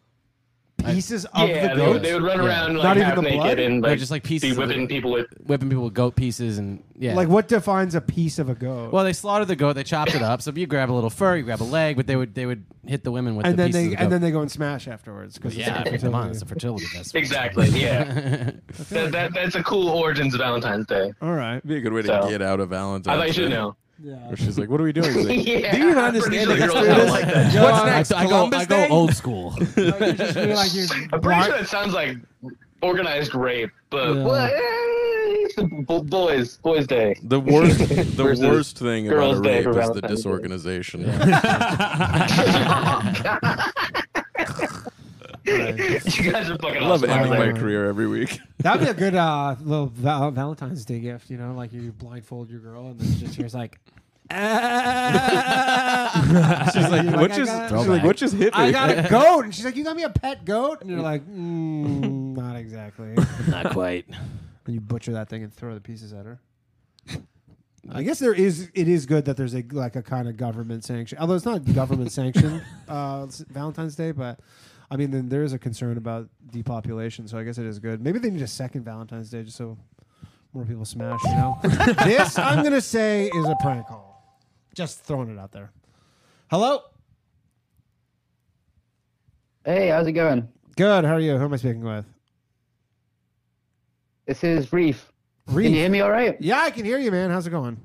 S5: Pieces
S8: I-
S5: of
S10: yeah,
S5: the
S10: they, would,
S5: goat.
S10: they would run
S5: Yeah.
S10: around like
S5: Not even
S10: half
S5: the
S10: naked
S5: blood?
S10: and
S8: No,
S10: like
S8: just like pieces
S10: be
S8: of the-
S10: whipping people with
S8: whipping people with goat pieces and yeah.
S5: Like what defines a piece of a goat?
S8: well, they slaughtered the goat. They chopped it up. So you grab a little fur, you grab a leg, but they would they would hit the women with
S5: and
S8: the
S5: then
S8: pieces
S5: they
S8: of the
S5: and
S8: goat.
S5: then they go and smash afterwards because
S8: yeah, I mean, come on, it's a fertility test.
S10: exactly. Yeah, that, that, that's a cool origins of Valentine's Day.
S5: All right.
S6: Be a good way to
S10: So-
S6: get out of Valentine's.
S10: I thought you should
S6: Day.
S10: know.
S5: Yeah.
S6: Where she's like, "What are we doing?" He's like,
S10: Yeah,
S6: Do you even
S10: I'm pretty
S6: understand
S10: sure
S6: that that's
S10: girls
S6: what it
S10: don't
S6: is?
S10: like that.
S6: What's next?
S8: I go,
S6: Columbus
S8: I go
S6: Day?
S8: old school.
S10: I'm pretty sure it sounds like organized rape, but
S6: Yeah.
S10: what? It's the bo- boys, boys' day.
S6: The worst, the
S10: Versus
S6: worst thing about
S10: girls'
S6: a
S10: day
S6: rape
S10: for
S6: is the
S10: Valentine's Day.
S6: disorganization.
S10: you guys are fucking.
S6: I love
S10: awesome.
S6: ending my
S5: Alright.
S6: career every week.
S5: That'd be a good uh, little val- Valentine's Day gift, you know, like you blindfold your girl and then she just hears like. she's
S6: like, "What just- she's like, "What just hit
S5: I
S6: me?"
S5: got a goat, and she's like, "You got me a pet goat," and you're like, mm, "Not exactly,
S8: Not quite.
S5: And you butcher that thing and throw the pieces at her. I guess there is. It is good that there's a like a kind of government sanction, although it's not government sanctioned uh, s- Valentine's Day. But I mean, then there is a concern about depopulation, so I guess it is good. Maybe they need a second Valentine's Day just so more people smash. You know, this I'm gonna say is a prank call. Just throwing it out there. Hello.
S17: Hey, how's it going?
S5: Good. How are you? Who am I speaking with?
S17: This is Reef.
S5: Reef.
S17: Can you hear me all right?
S5: Yeah, I can hear you, man. How's it going?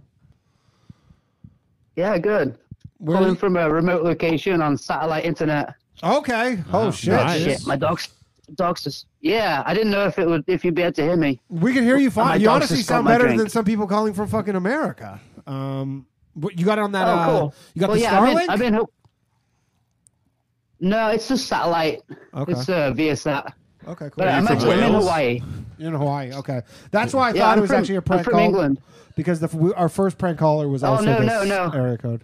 S17: Yeah, good.
S5: Where
S17: Calling
S5: are you-
S17: from a remote location on satellite internet.
S5: Okay. Oh, shit.
S17: Shit, my dog's dog's just yeah. I didn't know if it would if you'd be able to hear me.
S5: We can hear you
S17: My
S5: fine. You
S17: dog
S5: honestly
S17: just got
S5: sound
S17: my
S5: better
S17: drink.
S5: than some people calling from fucking America. Um, what you got on that?
S17: oh, cool.
S5: Uh, you got
S17: well,
S5: the
S17: yeah, I've been,
S5: Starlink.
S17: I've been help- No, it's just satellite.
S5: Okay.
S17: It's uh, via sat.
S5: okay, cool.
S17: But I'm actually I'm in Hawaii.
S5: You're in Hawaii. Okay, that's why I
S17: Yeah,
S5: thought
S17: I'm
S5: it was
S17: from-
S5: actually a
S17: I'm
S5: prank
S17: from
S5: call.
S17: England.
S5: Because the f- we- our first prank caller was
S17: Oh,
S5: also
S17: no,
S5: this
S17: no, no.
S5: area code.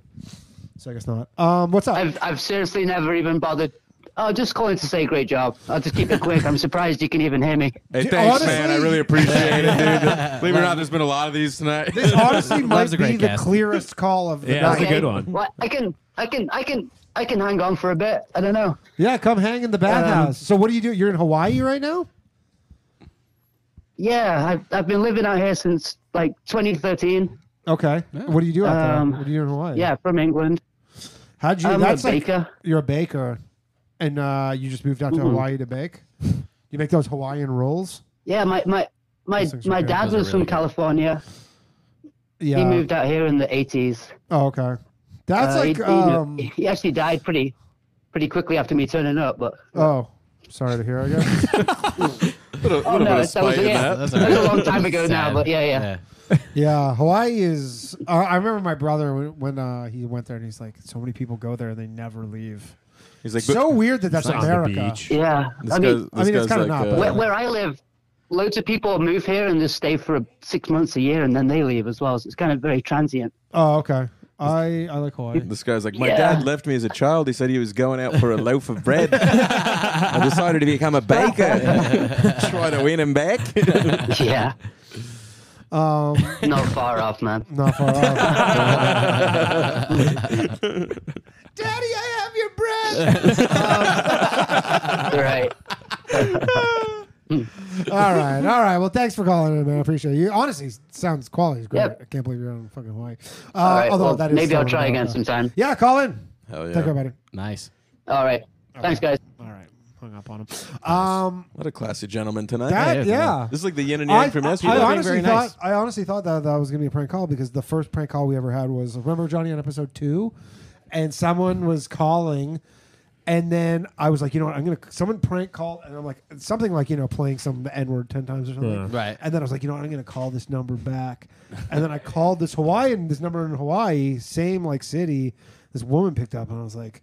S5: So I guess not. Um, what's up?
S17: I've I've seriously never even bothered. Oh, just calling to say great job. I'll just keep it quick. I'm surprised you can even hear me.
S6: Hey, thanks, man. I really appreciate it, dude. Believe it or not, there's been a lot of these tonight.
S5: This honestly might be the clearest call of the night.
S17: Well, I can, I can, I can, I can hang on for a bit. I don't know.
S5: Yeah, come hang
S17: Um,
S5: in the bathhouse. so what do you do? You're in Hawaii right now?
S17: Yeah, I've, I've been living out here since like 2013.
S5: Okay. Oh. What do you do out
S17: Um,
S5: there? What do you do in Hawaii?
S17: Yeah, from England.
S5: How'd you?
S17: I'm
S5: that's
S17: a
S5: like-
S17: baker.
S5: you're a baker, and uh, you just moved out to
S17: Mhm.
S5: Hawaii to bake. You make those Hawaiian rolls.
S17: Yeah, my my my
S5: Those things are
S17: my
S5: good.
S17: dad
S5: Those are
S17: was from
S5: really good.
S17: California.
S5: Yeah.
S17: He moved out here in the 80s.
S5: Oh, okay. That's
S17: Uh, he-
S5: like.
S17: he,
S5: um,
S17: he actually died pretty pretty quickly after me turning up, but
S5: oh, sorry to hear. I guess.
S17: oh no, that was, yeah, that was a long time ago now, but yeah, yeah.
S5: Yeah, Hawaii is. Uh, I remember my brother when, when uh, he went there, and he's like, "So many people go there, and they never leave."
S6: He's like,
S5: "So
S6: but-
S5: weird that that's
S6: It's not on the
S5: America."
S6: beach. Yeah. This I mean- guy's-
S5: I mean,
S6: this
S5: it's kind
S6: guy's
S5: of not.
S6: like, uh,
S5: but-
S17: Where, where I live, loads of people move here and just stay for six months a year and then they leave as well. So it's kind of very transient.
S5: oh, okay. I I like Hawaii.
S6: This guy's like, my
S17: Yeah.
S6: dad left me as a child. He said he was going out for a loaf of bread. I decided to become a baker. Try to win him back.
S17: yeah.
S5: Um,
S17: Not far off, man.
S5: Not far
S17: off.
S5: Daddy, I
S17: have your bread. right.
S5: all right, all right. Well, thanks for calling in, man. I appreciate you. Honestly, sounds quality is great.
S17: Yep.
S5: I can't believe you're on fucking Hawaii. Uh,
S17: All right,
S5: although
S17: well,
S5: that is
S17: maybe I'll
S5: still
S17: try again
S5: America.
S17: sometime.
S5: Yeah, call in.
S6: Hell
S5: Take care, buddy.
S8: Nice.
S17: All right. Thanks, guys.
S5: All right. Hung up on him. Um,
S6: What a classy gentleman tonight.
S5: That- yeah.
S6: This is like the yin and yang
S5: I,
S6: from
S5: I-
S6: yesterday.
S5: I honestly thought I honestly thought that that was gonna be a prank call because the first prank call we ever had was remember Johnny on episode two, and someone was calling, and then I was like, you know what, I'm gonna someone prank call, and I'm like something like you know playing some N word ten times or something,
S8: Yeah. Right.
S5: And then I was like, you know what, I'm gonna call this number back, and then I called this Hawaiian, this number in Hawaii, same like city. This woman picked up, and I was like.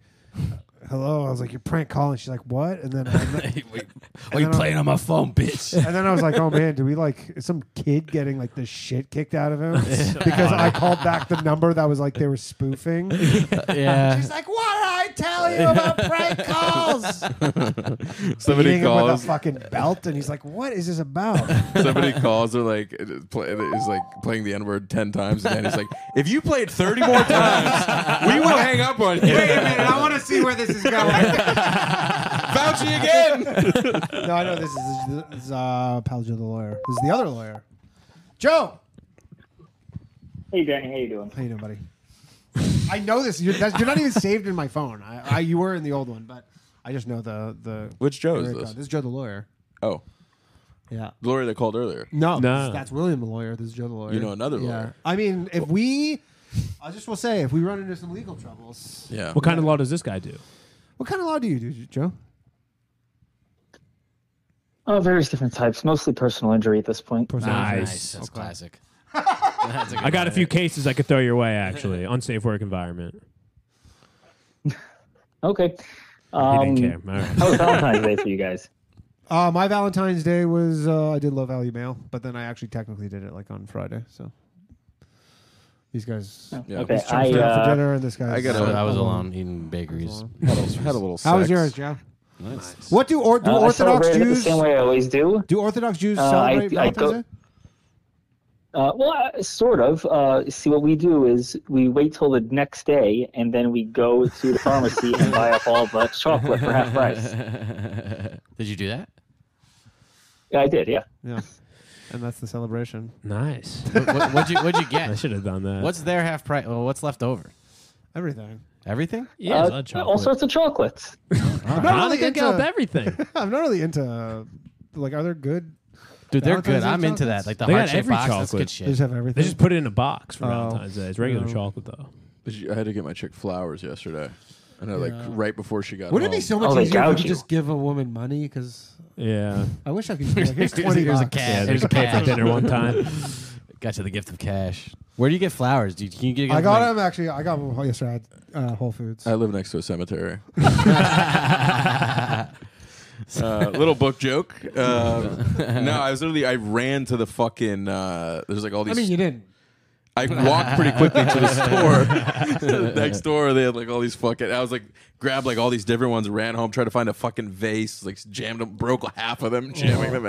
S5: Hello, I was like, you're prank calling. She's like, what? And then,
S8: Wait,
S5: and
S8: you
S5: then I-
S8: playing on my phone, bitch?
S5: And then I was like, oh man, do we like is some kid getting like the shit kicked out of him because I called back the number that was like they were spoofing?
S8: Yeah.
S5: She's like, what did I tell you about prank calls?
S6: Somebody
S5: Beating him
S6: calls.
S5: with a fucking belt, and he's like, what is this about?
S6: Somebody calls. They're like, it is play, he's like playing the N word ten times, and then he's like, if you played thirty more times, we will hang up on you.
S5: I want to see where this is going.
S6: Fauci again.
S5: no, I know this is, this is uh, Paljo the lawyer. This is the other lawyer, Joe.
S18: Hey, Danny, how you doing?
S5: How you doing, buddy? I know this. You're, that's, you're not even saved in my phone. I, I you were in the old one, but I just know the the
S6: Which Joe is
S5: area
S6: this?
S5: code. This is Joe the lawyer.
S6: Oh,
S5: yeah,
S6: the lawyer that called earlier.
S5: No, this- that's William the lawyer. This is Joe the lawyer.
S6: You know another
S5: Yeah.
S6: lawyer.
S5: I mean, if we, I just will say, if we run into some legal troubles,
S6: Yeah.
S7: What kind of law does this guy do?
S5: what kind of law do you do, Joe?
S18: Oh, various different types, mostly personal injury at this point.
S7: Nice.
S8: That's classic.
S7: I got a few cases I could throw your way. Actually, unsafe work environment.
S18: Okay.
S7: He
S18: Um,
S7: didn't care. All right.
S18: How was Valentine's Day for you guys?
S5: Uh, my Valentine's Day was uh, I did low value mail, but then I actually technically did it like on Friday. So these guys,
S18: Oh,
S6: Yeah.
S5: These chumps went out
S6: uh,
S18: uh,
S5: for dinner, and this guy.
S8: I got. I was alone eating bakeries.
S6: Had a little.
S5: How was
S8: sex.
S5: yours, Joe?
S8: Nice.
S5: What do or, do
S18: Uh, I
S5: Orthodox
S18: celebrated it
S5: Jews
S18: the same way I always do.
S5: Do Orthodox Jews
S18: Uh, I-
S5: celebrate
S18: I
S5: Valentine's
S18: go-
S5: Day?
S18: Uh, well, uh, sort of. Uh, see, what we do is we wait till the next day, and then we go to the pharmacy and buy up all the chocolate for half price.
S8: Did you do that?
S18: Yeah, I did. Yeah.
S5: Yeah, and that's the celebration.
S7: Nice.
S8: what, what, what'd you What'd you get?
S7: I should have done that.
S8: What's their half price? Well, what's left over?
S5: Everything.
S8: Everything?
S6: Uh,
S7: Yeah, there's a lot of
S18: all
S7: chocolate.
S18: sorts of chocolates.
S5: I'm
S7: I don't think I got up everything.
S5: I'm not really into uh, like are there good?
S8: Dude, they're
S5: Valentine's
S8: good.
S5: Day
S8: I'm into that.
S5: chocolates?
S8: Like the heart-shaped box. That's good shit.
S5: They just have everything.
S7: They just put it in a box for
S5: Oh.
S7: Valentine's Day. It's regular
S5: Yeah.
S7: chocolate though.
S6: Did you- I had to get my chick flowers yesterday. I know,
S5: Yeah.
S6: like right before she got.
S5: Wouldn't it
S6: home.
S5: be so
S7: Oh,
S5: much easier if you could just give a woman money? Because
S7: Yeah.
S5: I wish I could. Just be like,
S8: Here's-
S5: Here's twenty.
S8: here's a
S5: bucks."
S8: cash.
S7: Yeah, there's a pay for dinner one time.
S8: Got you the gift of cash. Where do you get flowers? Do you, can you get?
S5: I got him actually. I got him yesterday at uh, Whole Foods.
S6: I live next to a cemetery. Uh, little book joke. Um, Uh, no, I was literally I ran to the fucking. Uh, there's like all
S5: I
S6: these.
S5: mean, you didn't.
S6: I walked pretty quickly to the store. Next door, they had like all these fucking. I was like, grabbed like all these different ones, ran home, tried to find a fucking vase, like jammed them, broke half of them, jamming
S5: Oh,
S6: them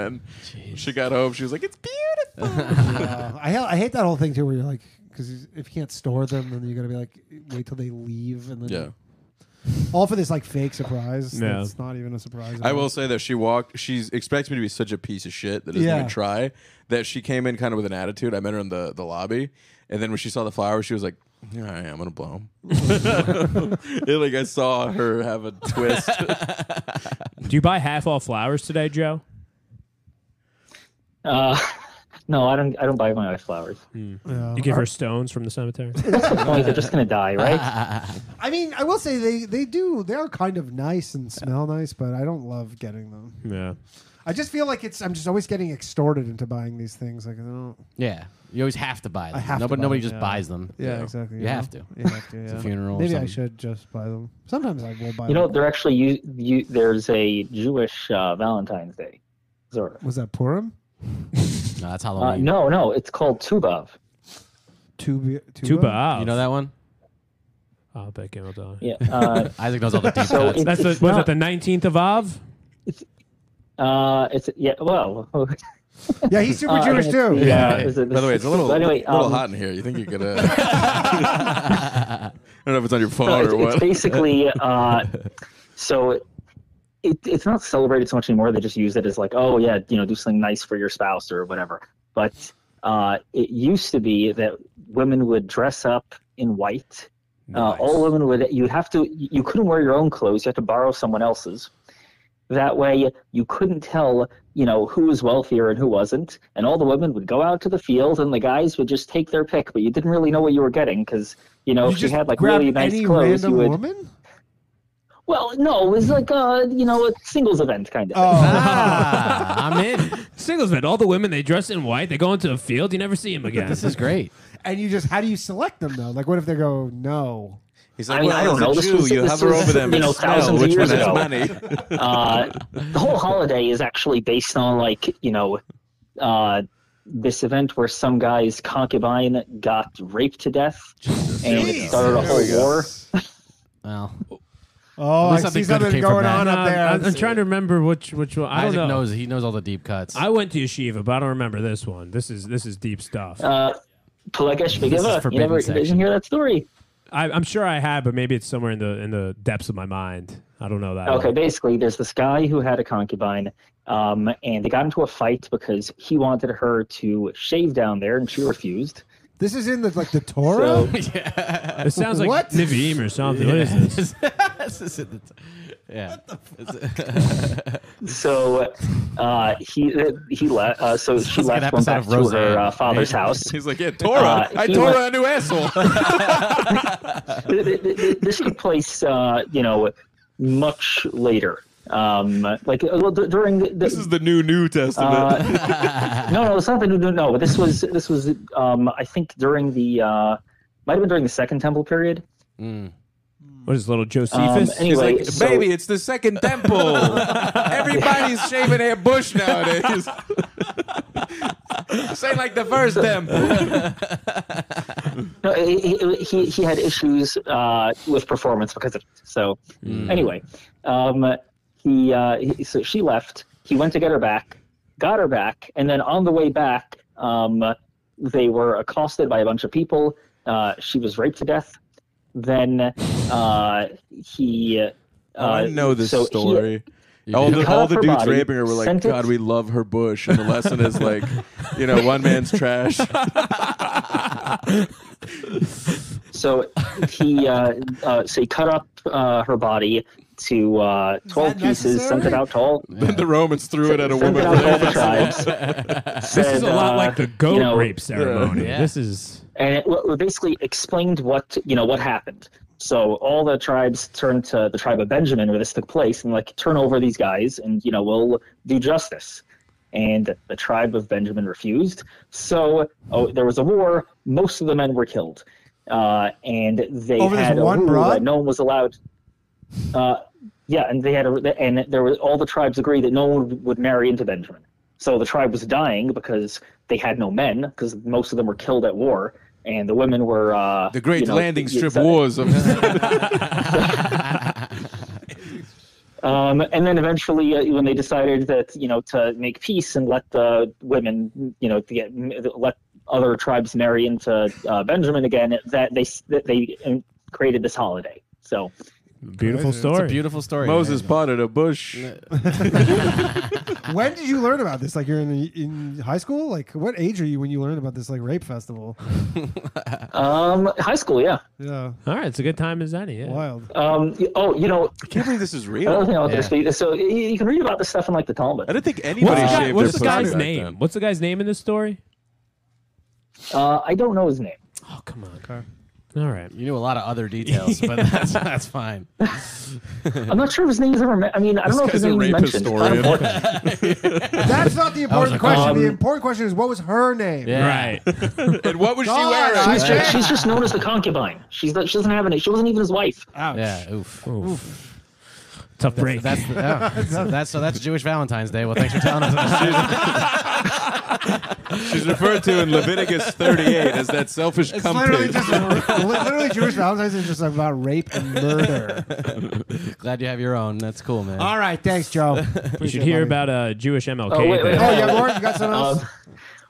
S6: in. She got home, she was like, "It's
S5: Uh, I, ha- I hate that whole thing too, where you're like, because if you can't store them, then you got to be like, wait till they leave, and then all for this like fake surprise.
S6: Yeah.
S5: It's not even a surprise. at
S6: I
S5: all.
S6: will say that she walked. She expects me to be such a piece of shit that doesn't
S5: Yeah.
S6: even try. That she came in kind of with an attitude. I met her in the, the lobby, and then when she saw the flowers, she was like, "All right, I'm gonna blow them." like I saw her have a twist.
S7: Do you buy half off flowers today, Joe?
S18: Uh, no, I don't. I don't buy my wife flowers.
S7: Hmm. You give her stones from the cemetery.
S18: That's the point. They're just gonna die, right?
S5: I mean, I will say they they do. They are kind of nice and smell nice, but I don't love getting them.
S7: Yeah.
S5: I just feel like it's. I'm just always getting extorted into buying these things. Like I don't.
S8: Yeah, you always have to buy them.
S5: I have to
S8: nobody
S5: buy
S8: nobody
S5: them,
S8: just
S5: yeah.
S8: buys them.
S5: Yeah,
S8: You know?
S5: exactly.
S8: You
S5: know?
S8: have to.
S5: You have to. Yeah.
S8: It's a funeral. or
S5: Maybe I
S8: something.
S5: should just buy them. Sometimes I will buy.
S18: you know,
S5: them.
S18: they're actually you, you, there's a Jewish uh, Valentine's Day. Zora.
S5: was that Purim?
S8: No, that's
S18: Uh, no, no, it's called Tubav.
S5: Tuba. Tuba.
S7: Tuba.
S8: You know that one?
S7: I'll bet Gil die.
S18: Yeah, uh,
S8: Isaac knows all the deep
S18: so
S8: cuts.
S18: it's-
S7: That's the,
S18: it's
S7: was
S18: not-
S7: it the 19th of Av?
S18: Uh, it's yeah. Well, Uh,
S5: yeah, he's super
S6: Jewish too.
S18: Yeah.
S6: Hey,
S18: is it-
S6: by the way, it's a little
S18: but anyway,
S6: little
S18: um,
S6: hot in here. You think you could? Uh, I don't know if it's on your phone
S18: so it's,
S6: or what.
S18: it's basically uh, so it, it's not celebrated so much anymore. They just use it as like, oh yeah, you know, do something nice for your spouse or whatever. But uh, it used to be that women would dress up in white. Uh, all women would. You have to. You couldn't wear your own clothes. You had to borrow someone else's. That way, you couldn't tell, you know, who was wealthier and who wasn't. And all the women would go out to the field, and the guys would just take their pick. But you didn't really know what you were getting because, you know,
S5: You
S18: if you
S5: just
S18: had like
S5: grab
S18: really nice
S5: any
S18: clothes, you
S5: random
S18: would.
S5: woman.
S18: Well, no, it was like a you know a singles event kind of.
S5: Oh.
S7: I'm in. Singles men, all the women, they dress in white. They go into a field. You never see them again.
S5: This is
S8: great.
S5: And you just how do you select them though? Like what if they go no?
S6: He's
S18: I mean, I don't know. This was, this was, You know, thousands of years ago. uh, the whole holiday is actually based on like you know, uh, this event where some guy's concubine got raped to death, and it
S5: Jeez.
S18: started a
S5: There
S18: whole
S5: we go.
S18: war.
S8: Well,
S5: Oh, I see something going on up there.
S7: I'm, I'm trying to remember which which one. I don't
S8: Isaac
S7: know.
S8: knows. He knows all the deep cuts.
S7: I went to yeshiva, but I don't remember this one. This is this is deep stuff.
S18: Uh, Pelegesh Megillah. You
S7: forbidden
S18: never you
S7: section.
S18: didn't hear that story.
S7: I, I'm sure I have, but maybe it's somewhere in the in the depths of my mind. I don't know that.
S18: Okay, basically, there's this guy who had a concubine, um, and they got into a fight because he wanted her to shave down there, and she refused.
S5: This is in the like the Torah.
S7: It sounds like
S5: What?
S7: Nevi'im or something. What
S8: Yeah.
S7: is this?
S8: This is in the t- yeah.
S18: So uh, he he left. Uh, so she
S6: like an
S18: left, went
S6: episode
S18: back
S6: of
S18: to her
S6: Roseanne.
S18: uh, father's
S6: Yeah.
S18: house. Uh,
S6: He's like, yeah, Torah. I
S18: he
S6: Torah
S18: went-
S6: a new asshole.
S18: th- th- th- th- this took place, uh, you know, much later. Um, like uh, well, d- during the,
S6: this is the new New Testament.
S18: Uh, no, no, it's not the new. No, no, but this was this was um, I think during the uh, might have been during the Second Temple period.
S7: What is little
S18: Um,
S7: Josephus?
S18: anyway,
S6: He's like,
S18: so-
S6: baby, it's the second temple. Everybody's shaving their bush nowadays. Say like the first temple.
S18: No, he, he- he, he had issues uh, with performance because of it. So
S6: Hmm.
S18: anyway, um, he, uh, he so she left. He went to get her back, got her back, and then on the way back, um, they were accosted by a bunch of people. Uh, she was raped to death. Then uh, he. Uh,
S6: Oh, I know this
S18: so he-
S6: story.
S18: You
S6: All
S18: do.
S6: the,
S18: Cut
S6: all
S18: off
S6: the
S18: her
S6: dudes
S18: body,
S6: raping her were like,
S18: sent it-
S6: God, we love her bush. And the lesson is like, you know, one man's trash.
S18: so he uh, uh, so he cut up uh, her body to uh, twelve pieces, sent it out to all
S6: Then the Romans threw it at a
S18: Sent
S6: woman.
S18: it out to all the tribes. uh,
S7: this is a lot like the goat
S18: you know,
S7: rape ceremony. This is
S18: and it well, basically explained what you know what happened. So all the tribes turned to the tribe of Benjamin where this took place, and like turn over these guys, and you know we'll do justice. And the tribe of Benjamin refused. So oh, there was a war. Most of the men were killed, uh, and they
S5: Over this
S18: had a
S5: one
S18: rule
S5: broad?
S18: that no one was allowed. Uh, yeah, and they had a, and there were all the tribes agreed that no one would marry into Benjamin. So the tribe was dying because they had no men, because most of them were killed at war. and the women were uh,
S6: The great
S18: you know,
S6: landing strip
S18: so-
S6: wars of
S18: Um, and then eventually, uh, when they decided that you know to make peace and let the women, you know, to get let other tribes marry into uh, Benjamin again, that they that they um, created this holiday. So
S7: Beautiful
S18: It's a story.
S8: beautiful story.
S6: Moses
S8: Yeah.
S6: potted a bush.
S5: when did you learn about this? Like you're in in high school? Like what age are you when you learned about this like rape festival?
S18: um, high school, yeah.
S5: Yeah.
S7: All right, it's a good time as any. Yeah.
S5: Wild.
S18: Um, y- oh, you know,
S6: I can't believe this is real.
S18: another thing about this,
S7: Yeah.
S18: the- so you, you can read about this stuff in like the Talmud. I
S6: don't think
S7: What's the, guy, what's the guy's name? What's the guy's name in this story?
S18: Uh, I don't know his name.
S7: Oh come on. All right.
S8: You knew a lot of other details, but that's, that's fine.
S18: I'm not sure if his name is ever. Me- I mean, I don't
S8: This
S18: know if his
S8: guy's a
S18: name is
S8: rape
S18: mentioned.
S8: historian.
S5: That's not the
S18: That was
S5: important
S18: a
S5: question.
S18: con.
S5: the important question is what was her name?
S6: Right. and what was she
S5: God,
S6: wearing?
S5: I
S18: Oh, She's
S5: bet.
S18: just, she's just known as the concubine. She's not, she doesn't have any. She wasn't even his wife.
S8: Yeah. Oof.
S7: Oof. Tough break.
S8: That's, the, oh. so that's so that's Jewish Valentine's Day. Well, thanks for telling us.
S6: She's referred to in Leviticus 38 as that selfish
S5: It's
S6: company.
S5: literally just li- literally Jewish Valentine's is just about rape and murder.
S8: Glad you have your own. That's cool, man.
S5: All right, thanks, Joe.
S7: You
S5: Appreciate
S7: should
S5: it,
S7: hear
S5: buddy.
S7: about uh, Jewish MLK.
S18: Oh, wait, wait,
S7: thing.
S18: hold on.
S5: else?
S18: Um,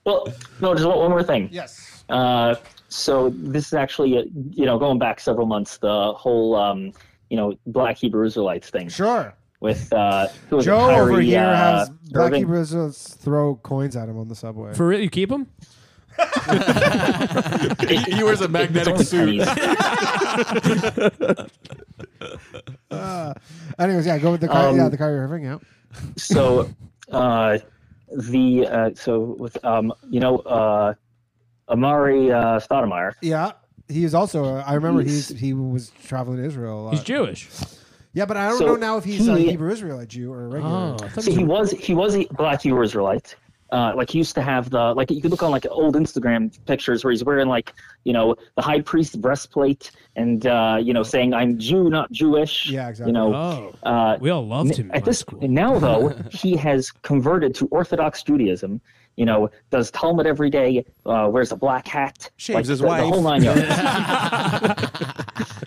S18: well, no, just one, one more thing.
S5: Yes.
S18: Uh, so this is actually, uh, you know, going back several months, the whole, um, you know, Black Hebrew Israelites thing.
S5: Sure.
S18: With uh, who was it,
S5: Joe over
S18: Kyrie,
S5: here
S18: uh,
S5: has Black
S18: Irving?
S5: Hebrews throw coins at him on the subway.
S7: For real, you keep him?
S6: he wears a magnetic suit.
S5: Uh, anyways, yeah, go with the Ky-
S18: Um,
S5: yeah the Kyrie Irving. Yeah.
S18: so uh, the uh, so with um, you know, uh, Amari uh, Stoudemire.
S5: Yeah, he is also. uh, I remember he's
S18: He's-
S5: he was traveling to Israel a lot.
S7: He's Jewish.
S5: Yeah, but I don't
S18: So
S5: know now if he's uh, a
S18: he-
S5: Hebrew Israelite Jew or a regular.
S18: So he was he was a black Hebrew Israelite. Uh, like he used to have the like you could look on like old Instagram pictures where he's wearing like you know the high priest breastplate and uh, you know saying I'm Jew not Jewish. Yeah,
S5: exactly.
S18: You know,
S7: Oh.
S18: uh,
S7: we all loved him in
S18: At
S7: high
S18: this now though, he has converted to Orthodox Judaism. You know, does Talmud every day, uh, wears a black hat,
S6: Shaves
S18: like,
S6: his
S18: the, the whole
S6: wife.
S18: nine yards.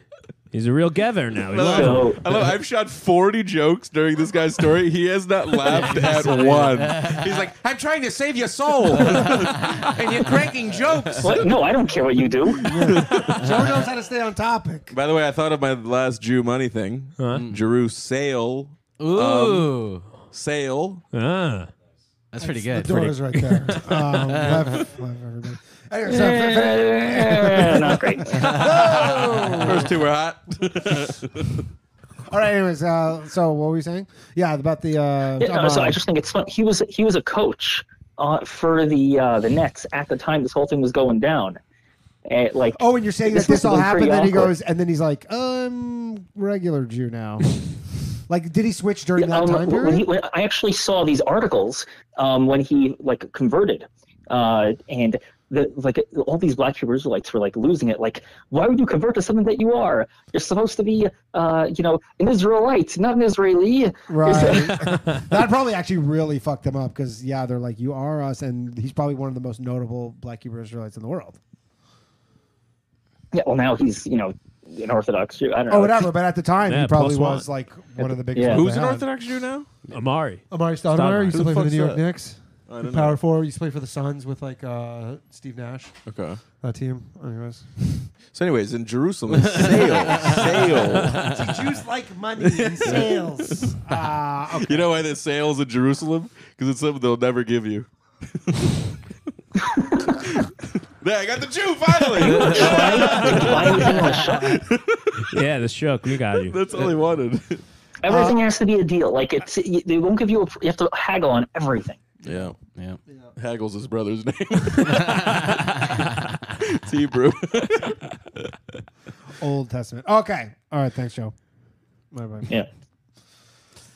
S7: He's a real gever now. We
S6: I
S7: love
S6: love,
S7: him.
S6: I love, I've shot 40 jokes during this guy's story. He has not laughed at one. He's like, I'm trying to save your soul. and you're cranking jokes.
S18: What? No, I don't care what you do.
S5: Joe knows how to stay on topic.
S6: By the way, I thought of my last Jew money thing. Huh? Jeru sale. um,
S8: Ooh.
S6: sale.
S7: Ah.
S8: That's pretty good.
S5: The door
S8: Pretty-
S5: is right there. um, left, left everybody. Anyway, so-
S6: Not
S18: great.
S5: No!
S6: First two were hot.
S5: All right. Anyways, uh, so what were we saying? Yeah, about the. Uh,
S18: Yeah, no, so I
S5: Amara.
S18: just think it's fun. He was he was a coach uh, for the uh, the Nets at the time this whole thing was going down. And, like
S5: Oh, and you're saying
S18: must
S5: that this
S18: have
S5: all
S18: been pretty
S5: happened, then he
S18: awkward.
S5: goes, and then he's like, "Um, regular Jew now." like, did he switch during that
S18: Um, when
S5: time period?
S18: he- when I actually saw these articles um, when he like converted, uh, and the, like all these Black Hebrew Israelites were like losing it. Like, why would you convert to something that you are? You're supposed to be, uh, you know, an Israelite, not an Israeli.
S5: Right. that probably actually really fucked him up because yeah, they're like, "You are us," and he's probably one of the most notable Black Hebrew Israelites in the world.
S18: Yeah. Well, now he's you know an Orthodox Jew. I don't
S5: Oh,
S18: know.
S5: whatever. But at the time,
S18: Yeah,
S5: he probably
S18: plus one.
S5: was like one of the biggest.
S18: Yeah.
S5: ones
S18: Who's
S5: they
S18: an
S5: had.
S6: Orthodox Jew now?
S7: Amari.
S5: Amari Stoudemire used to play for the New York
S6: that?
S5: Knicks.
S6: I don't know.
S5: Power forward. Used to play for the Suns with like uh, Steve Nash.
S6: Okay.
S5: That team. Anyways.
S6: So, anyways, in Jerusalem, sale, sale.
S5: See, Jews like money and sales. Ah, okay.
S6: You know why there's sales in Jerusalem? Because it's something they'll never give you. there, I got the Jew Uh, finally.
S7: yeah, the shook. We got you.
S6: That's all he wanted.
S18: Everything has to be a deal. Like it's y- they won't give you a. pr- You have to haggle on everything.
S6: Yeah. Yeah. Haggle's his brother's name. it's Hebrew.
S5: Old Testament. Okay. All right. Thanks, Joe. Bye bye.
S18: Yeah.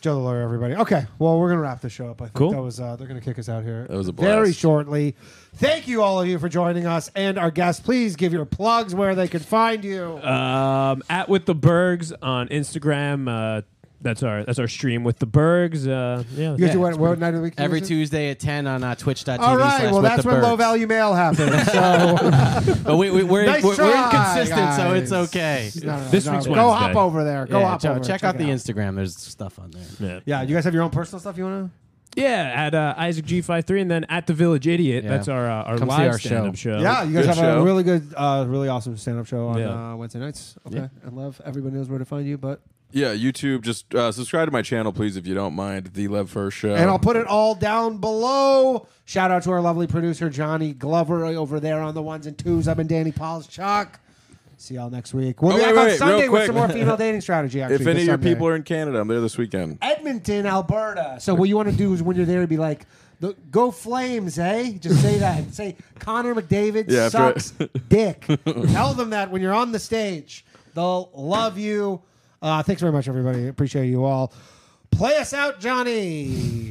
S5: Joe the lawyer, everybody. Okay. Well, we're gonna wrap this show up. I think
S6: Cool.
S5: that was. Uh, they're gonna kick us out here.
S6: That was a
S5: Very
S6: blast.
S5: shortly. Thank you all of you for joining us and our guests. Please give your plugs where they can find you.
S7: Um, at with the Bergs on Instagram. Uh, That's our that's our stream with the Bergs.
S5: You
S7: Uh, yeah,
S5: guys
S7: yeah,
S5: do what-
S7: it's
S5: what
S7: pretty-
S5: night of the week
S8: Every Tuesday at 10 on uh, twitch.tv.
S5: All
S8: slash
S5: right. Well,
S8: with
S5: that's
S8: the
S5: when
S8: Bergs.
S5: low value mail happens. So,
S8: But we, we, we're,
S5: Nice
S8: we're, we're
S5: try,
S8: inconsistent, so it's
S5: guys.
S8: okay.
S5: No, no, no, This no. week's Go Wednesday. hop over there. Go
S8: yeah,
S5: hop
S8: check-
S5: over.
S8: Check,
S5: Check
S8: out
S5: it
S8: the
S5: out.
S8: Instagram. There's stuff on there.
S7: Yeah.
S5: yeah, you guys have your own personal stuff you want to?
S7: Yeah, at uh, Isaac G53 and then at the Village Idiot.
S5: Yeah.
S7: That's our uh, our
S5: Come see
S7: live
S5: our
S7: stand-up
S5: show.
S7: show.
S5: Yeah, you guys have a really good, uh, really awesome stand-up show on
S6: Yeah.
S5: uh, Wednesday nights. Okay,
S6: Yeah.
S5: and love. Everybody knows where to find you, but
S6: Yeah, YouTube. Just uh, subscribe to my channel, please, if you don't mind. The Lev First Show.
S5: and I'll put it all down below. Shout out to our lovely producer Johnny Glover over there on the ones and twos. I've been Danny Paul's Chuck. See y'all next week. We'll
S6: Oh,
S5: be
S6: wait,
S5: back
S6: wait,
S5: on
S6: wait,
S5: Sunday
S6: real
S5: with some
S6: quick.
S5: more female dating strategy. Actually,
S6: if any
S5: this
S6: of your
S5: Sunday.
S6: people are in Canada, I'm there this weekend.
S5: Edmonton, Alberta. So what you want to do is when you're there, be like, the, "Go Flames, eh?" Just say that. say Connor McDavid
S6: Yeah, after-
S5: sucks dick. Tell them that when you're on the stage, they'll love you. Uh, thanks very much, everybody. Appreciate you all. Play us out, Johnny.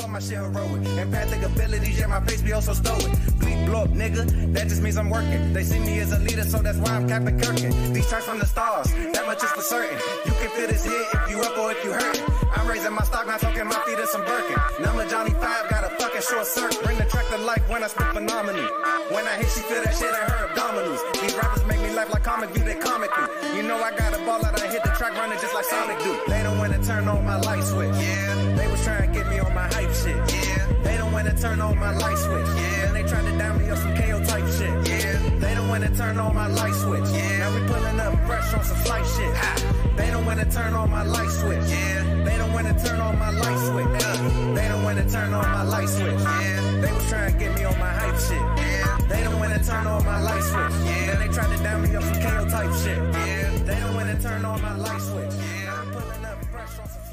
S4: all my shit heroic. Empathic abilities, yeah, my face be also stoic. Bleep, blow up, nigga, that just means I'm working. They see me as a leader, so that's why I'm Captain Kirkin. These tracks from the stars, that much is for certain. You can feel this hit if you up or if you hurt. I'm raising my stock, not talking my feet in some Birkin. Number Johnny 5, got a fucking short circuit. Bring the track to life when I spit phenomenon. When I hit, she feel that shit in her abdominals. These rappers make me laugh like comic view, they comic through. You know I got a ball out, I hit the track running just like Sonic do. They don't wanna turn on my light switch. Yeah, they was trying to get me on my hype shit. Yeah, they don't wanna turn on my light switch. Yeah, and they tried to down me up some KO type shit. Yeah, they don't wanna turn on my light switch. Yeah, now we pulling up fresh on some flight shit. Ah, they don't wanna turn on my light switch. Yeah, they don't wanna turn on my light switch. Uh, they don't wanna turn on my light switch. Yeah, they was trying to get me on my hype shit. Yeah, they don't wanna turn on my light switch. Yeah, then they tried to down me up some KO type shit. Yeah, they don't wanna turn on my light switch. Yeah, I'm pulling up fresh on some.